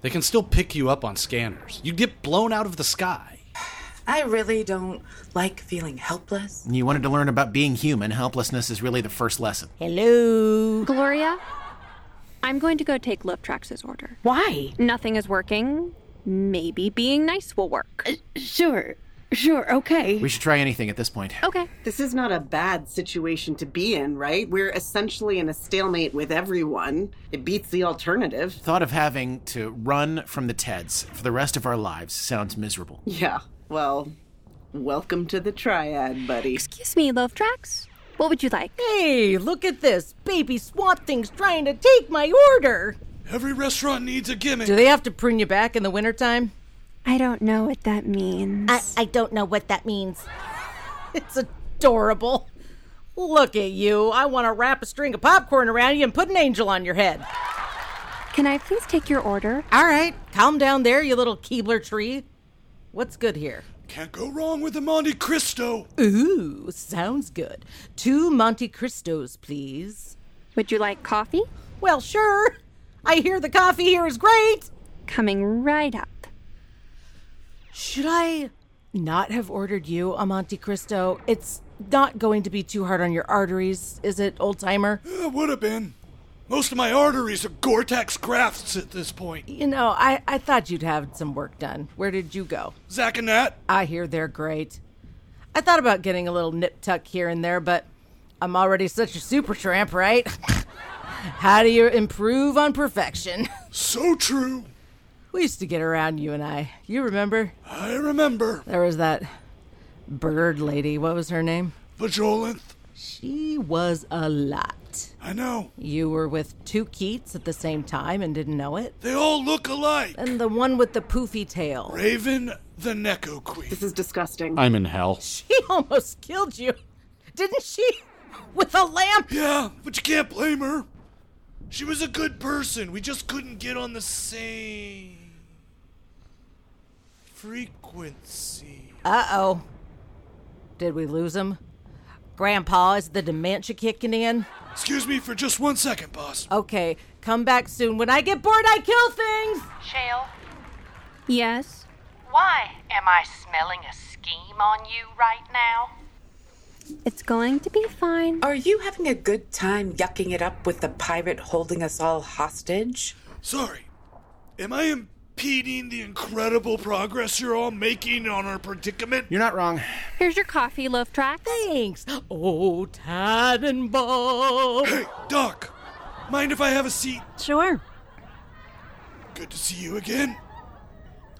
S14: They can still pick you up on scanners. You'd get blown out of the sky.
S9: I really don't like feeling helpless.
S1: You wanted to learn about being human. Helplessness is really the first lesson.
S12: Hello.
S18: Gloria, I'm going to go take Luftrax's order.
S5: Why?
S18: Nothing is working. Maybe being nice will work.
S5: Uh, Sure. Sure. Okay.
S1: We should try anything at this point.
S18: Okay.
S8: This is not a bad situation to be in, right? We're essentially in a stalemate with everyone. It beats the alternative.
S1: Thought of having to run from the Teds for the rest of our lives sounds miserable.
S8: Yeah. Well, welcome to the triad, buddy.
S18: Excuse me, Luftrax. What would you like?
S12: Hey, look at this. Baby swamp thing's trying to take my order.
S4: Every restaurant needs a gimmick.
S12: Do they have to prune you back in the wintertime?
S21: I don't know what that means.
S12: I, I don't know what that means. It's adorable. Look at you. I want to wrap a string of popcorn around you and put an angel on your head.
S21: Can I please take your order?
S12: All right. Calm down there, you little Keebler tree. What's good here?
S4: Can't go wrong with a Monte Cristo.
S12: Ooh, sounds good. Two Monte Cristos, please.
S21: Would you like coffee?
S12: Well, sure. I hear the coffee here is great.
S21: Coming right up.
S12: Should I not have ordered you a Monte Cristo? It's not going to be too hard on your arteries, is it, old timer?
S4: Uh, It would have been. Most of my arteries are Gore-Tex grafts at this point.
S12: You know, I, I thought you'd have some work done. Where did you go?
S4: Zack and Nat.
S12: I hear they're great. I thought about getting a little nip tuck here and there, but I'm already such a super tramp, right? How do you improve on perfection?
S4: So true.
S12: We used to get around, you and I. You remember?
S4: I remember.
S12: There was that bird lady. What was her name?
S4: Vajolinth.
S12: She was a lot.
S4: I know.
S12: You were with two Keats at the same time and didn't know it?
S4: They all look alike.
S12: And the one with the poofy tail.
S4: Raven the Neko Queen.
S8: This is disgusting.
S22: I'm in hell.
S12: She almost killed you, didn't she? With a lamp?
S4: Yeah, but you can't blame her. She was a good person. We just couldn't get on the same frequency.
S12: Uh oh. Did we lose him? Grandpa, is the dementia kicking in?
S4: Excuse me for just one second, boss.
S12: Okay, come back soon. When I get bored, I kill things!
S10: Shale,
S15: Yes.
S10: why am I smelling a scheme on you right now?
S21: It's going to be fine.
S9: Are you having a good time yucking it up with the pirate holding us all hostage?
S4: Sorry. Am I impeding the incredible progress you're all making on our predicament?
S1: You're not wrong.
S15: Here's your coffee, Love Tracks.
S12: Thanks. Oh, Tannenbaum.
S4: Hey, Doc! Mind if I have a seat?
S7: Sure.
S4: Good to see you again.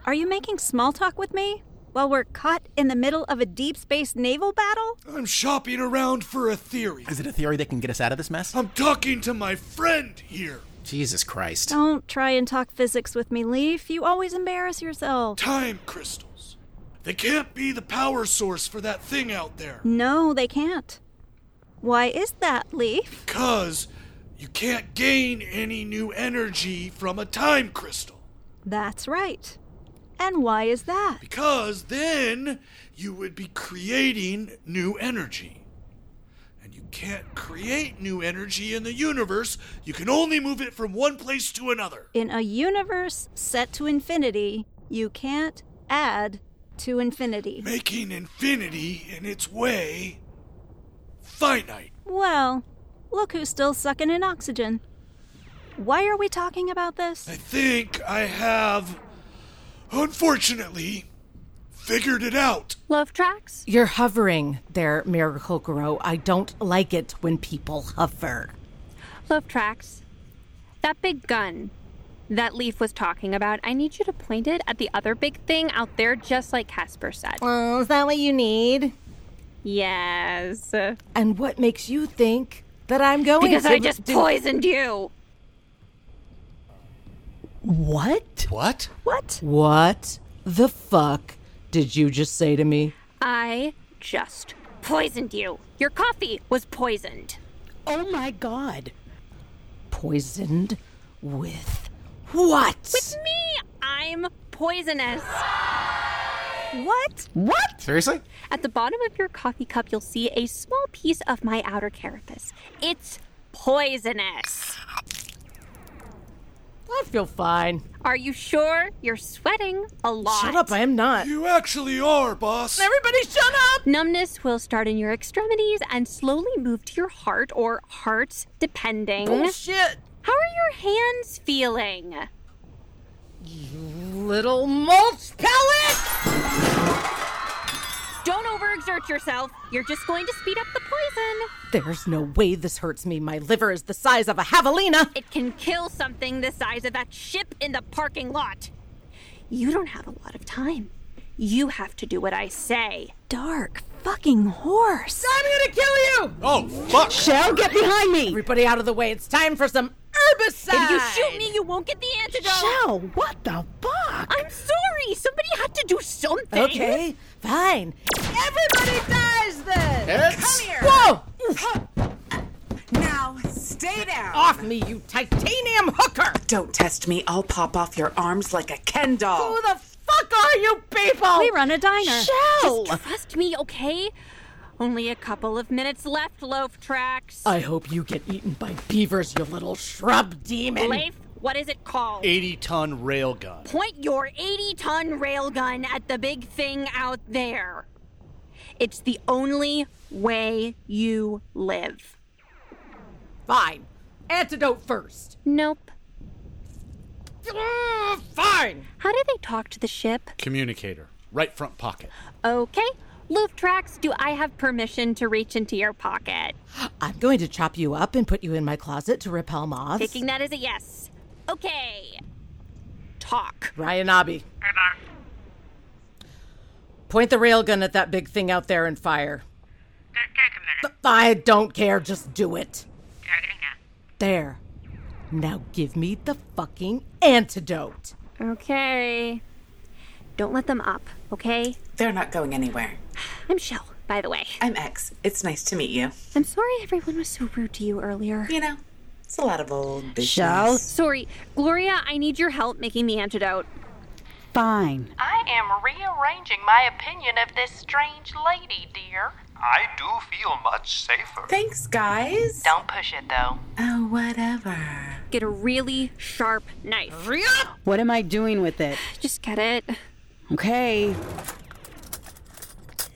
S7: Are you making small talk with me while we're caught in the middle of a deep space naval battle?
S4: I'm shopping around for a theory.
S1: Is it a theory that can get us out of this mess?
S4: I'm talking to my friend here.
S1: Jesus Christ.
S7: Don't try and talk physics with me, Leaf. You always embarrass yourself.
S4: Time crystals. They can't be the power source for that thing out there.
S7: No, they can't. Why is that, Leaf?
S4: Because you can't gain any new energy from a time crystal.
S7: That's right. And why is that?
S4: Because then you would be creating new energy. And you can't create new energy in the universe, you can only move it from one place to another.
S7: In a universe set to infinity, you can't add to infinity.
S4: Making infinity in its way finite.
S7: Well, look who's still sucking in oxygen. Why are we talking about this?
S4: I think I have, unfortunately, figured it out.
S15: Love Tracks?
S12: You're hovering there, Miracle Grow. I don't like it when people hover.
S15: Love Tracks. That big gun that Leaf was talking about, I need you to point it at the other big thing out there, just like Casper said.
S12: Oh, is that what you need?
S15: Yes.
S12: And what makes you think that I'm going
S15: Because
S12: to
S15: I just
S12: do-
S15: poisoned you.
S12: What?
S1: What?
S7: What?
S12: What the fuck did you just say to me?
S15: I just poisoned you. Your coffee was poisoned.
S12: Oh my god. Poisoned with what?
S15: With me, I'm poisonous.
S7: What?
S12: what?
S1: Seriously?
S15: At the bottom of your coffee cup, you'll see a small piece of my outer carapace. It's poisonous.
S12: I feel fine.
S15: Are you sure? You're sweating a lot.
S12: Shut up, I am not.
S4: You actually are, boss.
S12: Everybody shut up!
S15: Numbness will start in your extremities and slowly move to your heart or hearts, depending.
S12: Bullshit.
S15: How are your hands feeling?
S12: Little mulch pellet!
S15: Don't overexert yourself. You're just going to speed up the poison.
S12: There's no way this hurts me. My liver is the size of a javelina.
S15: It can kill something the size of that ship in the parking lot. You don't have a lot of time. You have to do what I say.
S7: Dark fucking horse.
S12: I'm gonna kill you!
S22: Oh, fuck!
S23: Shell, get behind me!
S12: Everybody out of the way. It's time for some
S15: If you shoot me, you won't get the antidote.
S5: Shell, what the fuck?
S15: I'm sorry. Somebody had to do something.
S12: Okay, fine.
S15: Everybody dies then.
S12: It's-
S9: Come here.
S12: Whoa!
S9: Now, stay down.
S12: Off me, you titanium hooker!
S9: Don't test me. I'll pop off your arms like a Ken doll.
S12: Who the fuck are you people?
S15: We run a diner.
S12: Shell!
S15: Just trust me, okay? Only a couple of minutes left, loaf tracks.
S12: I hope you get eaten by beavers, you little shrub demon.
S15: Leif, what is it called?
S14: 80 ton railgun.
S15: Point your 80 ton railgun at the big thing out there. It's the only way you live.
S12: Fine. Antidote first.
S15: Nope.
S12: Ugh, fine.
S15: How do they talk to the ship?
S14: Communicator. Right front pocket.
S15: Okay. Loof tracks, do I have permission to reach into your pocket?
S12: I'm going to chop you up and put you in my closet to repel moths.
S15: Taking that as a yes. Okay. Talk.
S12: Ryanabi. Point the railgun at that big thing out there and fire. Take a minute. I don't care. Just do it. There. Now give me the fucking antidote.
S15: Okay. Don't let them up, okay?
S9: They're not going anywhere.
S15: I'm Shell, by the way.
S9: I'm X. It's nice to meet you.
S15: I'm sorry everyone was so rude to you earlier.
S9: You know, it's a lot of old business.
S15: Sorry, Gloria, I need your help making the antidote.
S5: Fine.
S10: I am rearranging my opinion of this strange lady, dear.
S11: I do feel much safer.
S9: Thanks, guys.
S10: Don't push it, though.
S9: Oh, whatever.
S15: Get a really sharp knife.
S5: What am I doing with it?
S15: Just get it.
S5: Okay.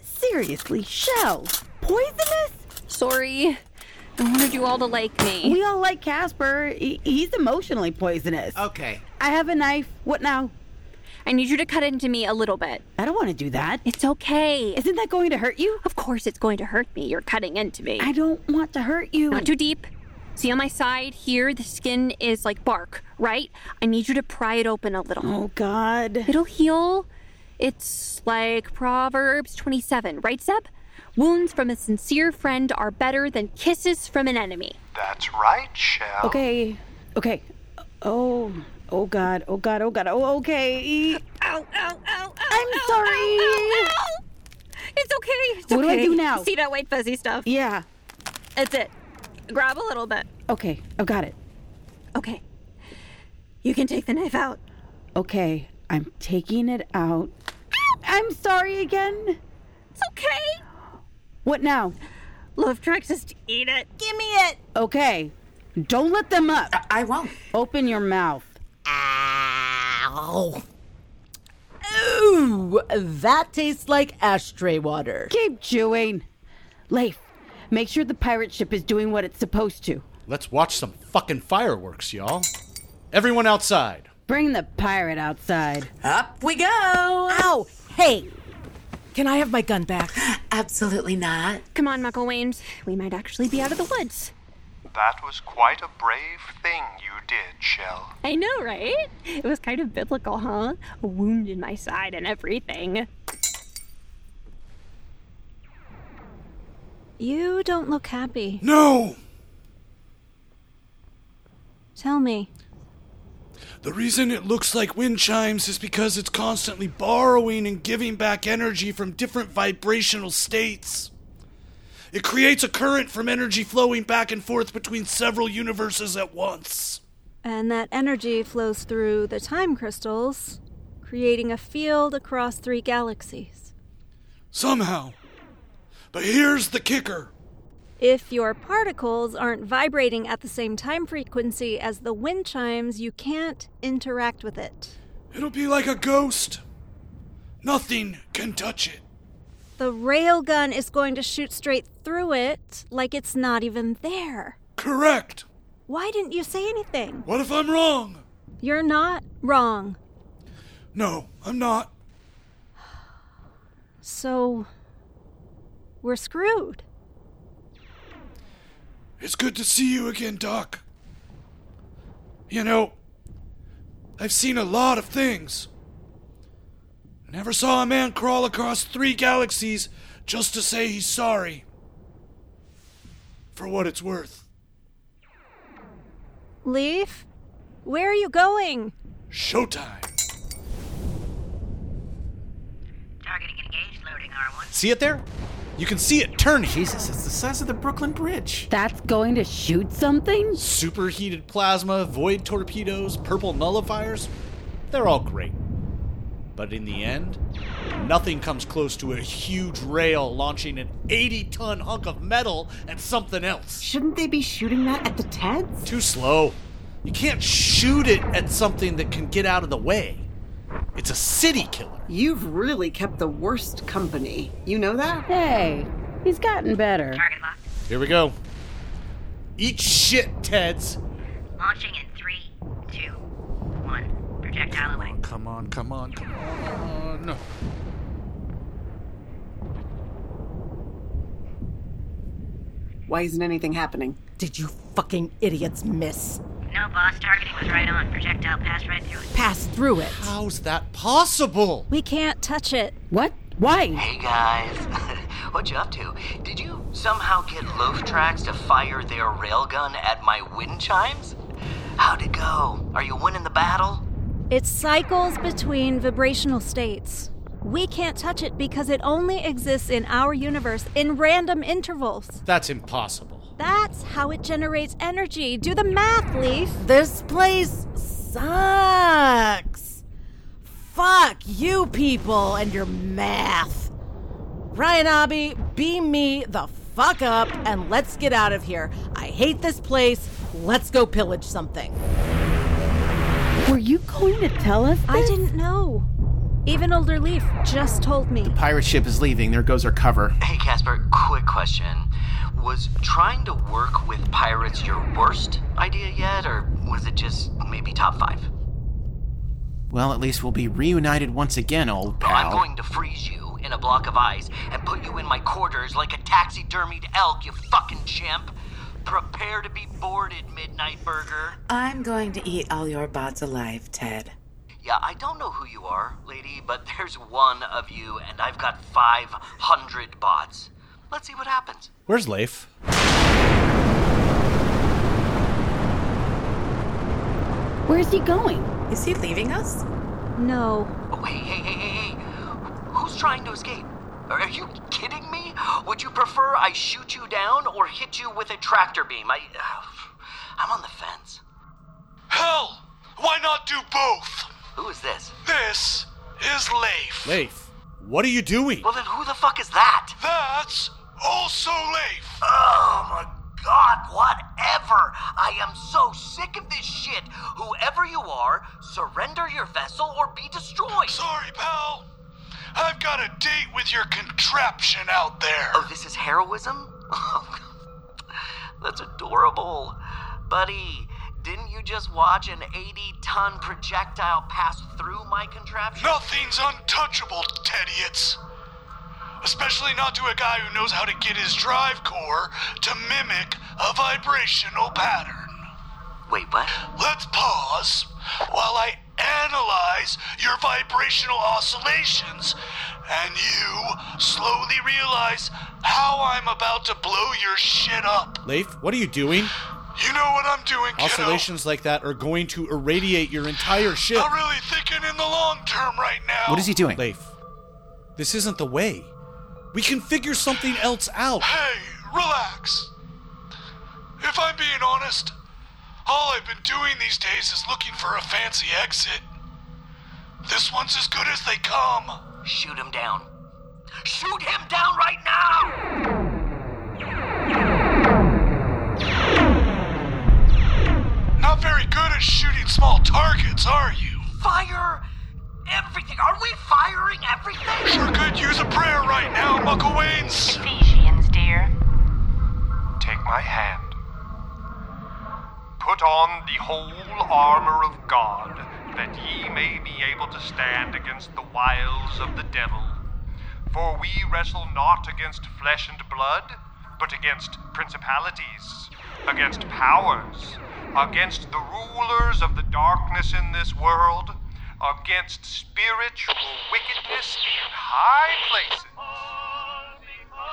S5: Seriously, Shell, poisonous?
S15: Sorry. I wanted you all to like me.
S5: We all like Casper. He- he's emotionally poisonous.
S19: Okay.
S5: I have a knife. What now?
S15: I need you to cut into me a little bit.
S5: I don't want to do that.
S15: It's okay.
S5: Isn't that going to hurt you?
S15: Of course it's going to hurt me. You're cutting into me.
S5: I don't want to hurt you.
S15: Not too deep. See on my side here, the skin is like bark, right? I need you to pry it open a little.
S5: Oh, God.
S15: It'll heal. It's like Proverbs 27, right, Zeb? Wounds from a sincere friend are better than kisses from an enemy.
S11: That's right, Shell.
S5: Okay. Okay. Oh. Oh God. Oh God. Oh God. Oh. Okay.
S15: Ow, ow, ow, ow.
S5: I'm sorry.
S15: It's okay. It's
S5: What do I
S15: okay.
S5: do now?
S15: See that white fuzzy stuff?
S5: Yeah.
S15: That's it. Grab a little bit.
S5: Okay. I got it.
S15: Okay. You can take the knife out.
S5: Okay. I'm taking it out. I'm sorry again.
S15: It's okay.
S5: What now?
S15: Love tracks is to eat it. Give me it.
S5: Okay. Don't let them up.
S9: I won't.
S5: Open your mouth.
S9: Oh.
S12: Ow. Ooh, that tastes like ashtray water.
S5: Keep chewing. Leif, make sure the pirate ship is doing what it's supposed to.
S14: Let's watch some fucking fireworks, y'all. Everyone outside.
S5: Bring the pirate outside.
S9: Up we go.
S12: Ow. Hey, can I have my gun back?
S9: Absolutely not.
S15: Come on, Muckle Waynes. We might actually be out of the woods.
S11: That was quite a brave thing you did, Shell.
S15: I know, right? It was kind of biblical, huh? A wound in my side and everything.
S7: You don't look happy.
S4: No!
S7: Tell me.
S4: The reason it looks like wind chimes is because it's constantly borrowing and giving back energy from different vibrational states. It creates a current from energy flowing back and forth between several universes at once.
S7: And that energy flows through the time crystals, creating a field across three galaxies.
S4: Somehow. But here's the kicker
S7: If your particles aren't vibrating at the same time frequency as the wind chimes, you can't interact with it.
S4: it'll be like a ghost. Nothing can touch it.
S7: The railgun is going to shoot straight through it like it's not even there.
S4: Correct.
S7: Why didn't you say anything?
S4: What if I'm wrong?
S7: You're not wrong.
S4: No, I'm not.
S7: So, we're screwed.
S4: It's good to see you again, Doc. You know, I've seen a lot of things. Never saw a man crawl across three galaxies just to say he's sorry. For what it's worth.
S7: Leaf? Where are you going?
S4: Showtime.
S14: See it there? You can see it turning.
S19: Jesus, it's the size of the Brooklyn Bridge.
S5: That's going to shoot something?
S14: Superheated plasma, void torpedoes, purple nullifiers. They're all great. But in the end, nothing comes close to a huge rail launching an 80 ton hunk of metal at something else.
S8: Shouldn't they be shooting that at the Teds?
S14: Too slow. You can't shoot it at something that can get out of the way. It's a city killer.
S8: You've really kept the worst company. You know that?
S5: Hey, he's gotten better.
S14: Target locked. Here we go. Eat shit, Teds.
S24: Launching in three, two, one. Projectile away.
S14: Come on, come on, come on.
S8: Why isn't anything happening?
S12: Did you fucking idiots miss?
S24: No, boss. Targeting was right on. Projectile passed right through it.
S12: Passed through it.
S14: How's that possible?
S7: We can't touch it.
S12: What? Why?
S2: Hey guys, what you up to? Did you somehow get Loaf Tracks to fire their railgun at my wind chimes? How'd it go? Are you winning the battle?
S7: It cycles between vibrational states. We can't touch it because it only exists in our universe in random intervals.
S14: That's impossible.
S7: That's how it generates energy. Do the math, Leaf.
S12: This place sucks. Fuck you people and your math. Ryan Abbey, beam me the fuck up and let's get out of here. I hate this place. Let's go pillage something.
S5: Were you going to tell us?
S7: I didn't know. Even older Leaf just told me.
S19: Pirate ship is leaving. There goes our cover.
S2: Hey Casper, quick question. Was trying to work with pirates your worst idea yet, or was it just maybe top five?
S1: Well, at least we'll be reunited once again, old pal.
S2: I'm going to freeze you in a block of ice and put you in my quarters like a taxidermied elk, you fucking chimp. Prepare to be boarded, Midnight Burger.
S9: I'm going to eat all your bots alive, Ted.
S2: Yeah, I don't know who you are, lady, but there's one of you, and I've got 500 bots. Let's see what happens.
S14: Where's Leif?
S5: Where's he going?
S9: Is he leaving us?
S7: No.
S2: Oh, hey, hey, hey, hey, hey. Who's trying to escape? Are are you kidding me? Would you prefer I shoot you down or hit you with a tractor beam? I. I'm on the fence.
S4: Hell! Why not do both?
S2: Who is this?
S4: This is Leif.
S14: Leif, what are you doing?
S2: Well, then who the fuck is that?
S4: That's also Leif.
S2: Oh my god, whatever! I am so sick of this shit! Whoever you are, surrender your vessel or be destroyed!
S4: Sorry, pal. I've got a date with your contraption out there.
S2: Oh, this is heroism? Oh, That's adorable. Buddy, didn't you just watch an 80 ton projectile pass through my contraption?
S4: Nothing's untouchable, Tediots. Especially not to a guy who knows how to get his drive core to mimic a vibrational pattern.
S2: Wait, what?
S4: Let's pause while I analyze your vibrational oscillations and you slowly realize how I'm about to blow your shit up.
S14: Leif, what are you doing?
S4: You know what I'm doing, kiddo.
S14: Oscillations like that are going to irradiate your entire ship.
S4: I'm really thinking in the long term right now.
S1: What is he doing?
S14: Leif, this isn't the way. We can figure something else out.
S4: Hey, relax. If I'm being honest, all I've been doing these days is looking for a fancy exit. This one's as good as they come.
S2: Shoot him down. Shoot him down right now!
S4: Not very good at shooting small targets, are you?
S2: Fire everything! Are we firing everything?
S4: Sure could use a prayer right now, Mucklewains.
S10: Ephesians, dear.
S11: Take my hand. Put on the whole armor of God, that ye may be able to stand against the wiles of the devil. For we wrestle not against flesh and blood, but against principalities, against powers, against the rulers of the darkness in this world, against spiritual wickedness in high places.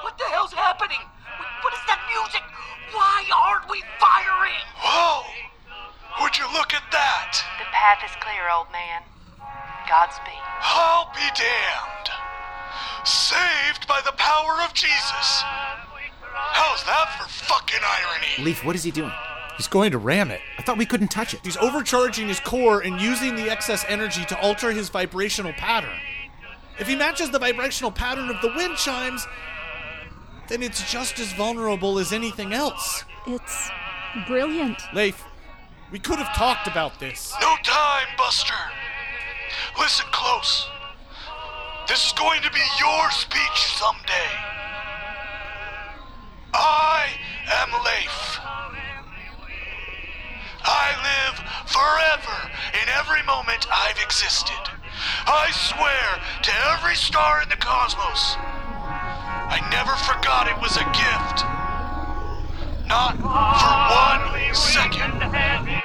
S2: What the hell's happening?
S4: Oh,
S2: What is that music? Why aren't we firing?
S4: Whoa!
S10: is clear, old man. Godspeed.
S4: I'll be damned. Saved by the power of Jesus. How's that for fucking irony?
S1: Leaf, what is he doing?
S14: He's going to ram it.
S1: I thought we couldn't touch it.
S14: He's overcharging his core and using the excess energy to alter his vibrational pattern. If he matches the vibrational pattern of the wind chimes, then it's just as vulnerable as anything else.
S7: It's brilliant.
S14: Leif, we could have talked about this.
S4: No time, Buster. Listen close. This is going to be your speech someday. I am Leif. I live forever in every moment I've existed. I swear to every star in the cosmos. I never forgot it was a gift. Not for one second.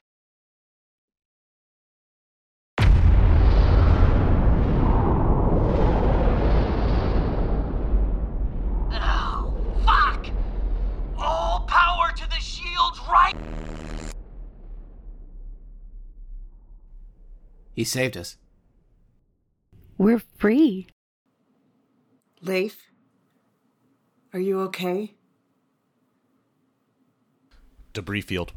S2: Oh, fuck! All power to the shield right.
S1: He saved us.
S5: We're free.
S8: Leif, are you okay?
S14: Debris field.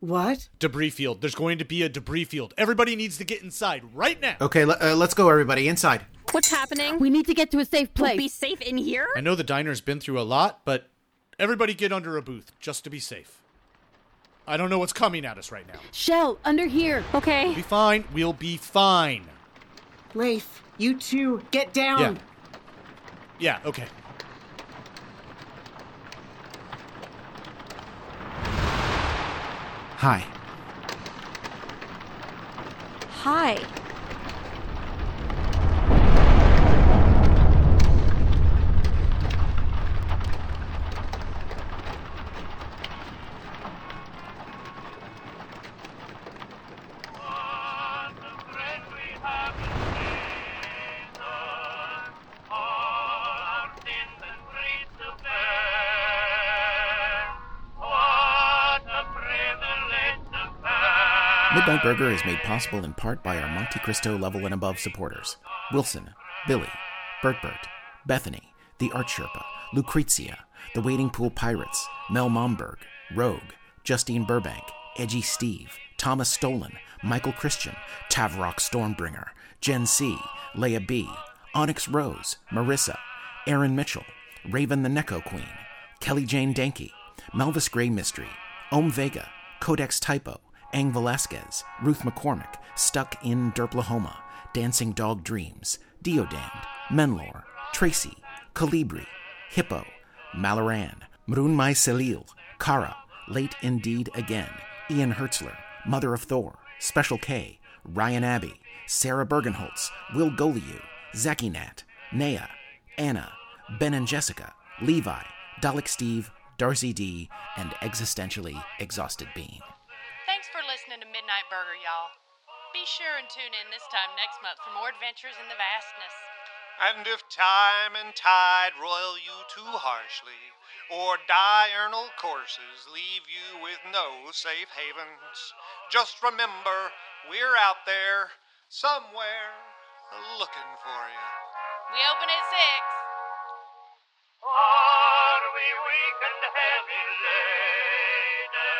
S8: What?
S14: Debris field. There's going to be a debris field. Everybody needs to get inside right now.
S1: Okay, le- uh, let's go, everybody, inside.
S25: What's happening?
S5: We need to get to a safe place.
S25: We'll be safe in here?
S14: I know the diner's been through a lot, but everybody get under a booth just to be safe. I don't know what's coming at us right now.
S5: Shell, under here.
S25: Okay.
S14: We'll be fine. We'll be fine.
S8: Leif, you too. Get down.
S14: Yeah. Yeah, okay.
S1: Hi.
S7: Hi.
S1: Midnight Burger is made possible in part by our Monte Cristo level and above supporters Wilson, Billy, Bertbert, Bethany, The Art Sherpa, Lucrezia, The Wading Pool Pirates, Mel Momberg, Rogue, Justine Burbank, Edgy Steve, Thomas Stolen, Michael Christian, Tavrock Stormbringer, Jen C., Leia B., Onyx Rose, Marissa, Aaron Mitchell, Raven the Neko Queen, Kelly Jane Danke, Melvis Gray Mystery, Om Vega, Codex Typo, Ang Velasquez, Ruth McCormick, Stuck in Derplahoma, Dancing Dog Dreams, Diodand, Menlor, Tracy, Calibri, Hippo, Maloran, Mrunmai Selil, Kara, Late Indeed Again, Ian Hertzler, Mother of Thor, Special K, Ryan Abbey, Sarah Bergenholtz, Will Goliu, Zaki Nat, Nea, Anna, Ben and Jessica, Levi, Dalek Steve, Darcy D, and Existentially Exhausted Bean.
S10: Thanks for listening to Midnight Burger, y'all. Be sure and tune in this time next month for more adventures in the vastness.
S11: And if time and tide roil you too harshly, or diurnal courses leave you with no safe havens, just remember we're out there, somewhere, looking for you.
S10: We open at 6.
S4: Are we weak and heavy laden?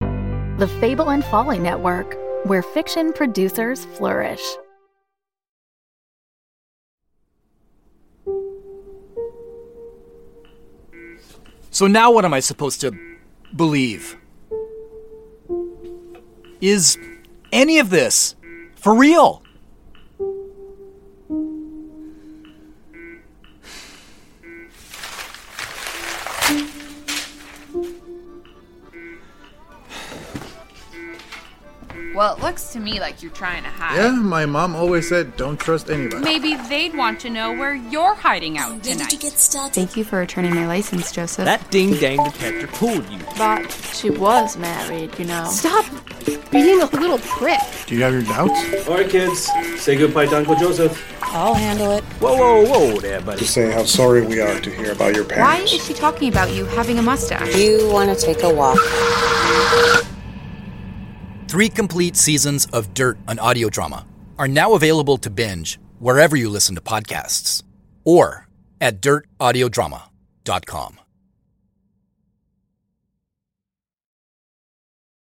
S26: The Fable and Folly Network, where fiction producers flourish.
S27: So now what am I supposed to believe? Is any of this for real?
S15: Well, it looks to me like you're trying to hide.
S28: Yeah, my mom always said, don't trust anybody.
S15: Maybe they'd want to know where you're hiding out tonight.
S29: Thank you for returning my license, Joseph.
S30: That ding dang detector pulled you.
S29: But she was married, you know.
S15: Stop
S9: being a little prick.
S4: Do you have your doubts?
S1: All right, kids, say goodbye to Uncle Joseph.
S9: I'll handle it.
S1: Whoa, whoa, whoa, there, buddy.
S4: To say how sorry we are to hear about your
S9: Why
S4: parents.
S9: is she talking about you having a mustache?
S31: You want to take a walk.
S27: Three complete seasons of Dirt, an audio drama, are now available to binge wherever you listen to podcasts or at dirtaudiodrama.com.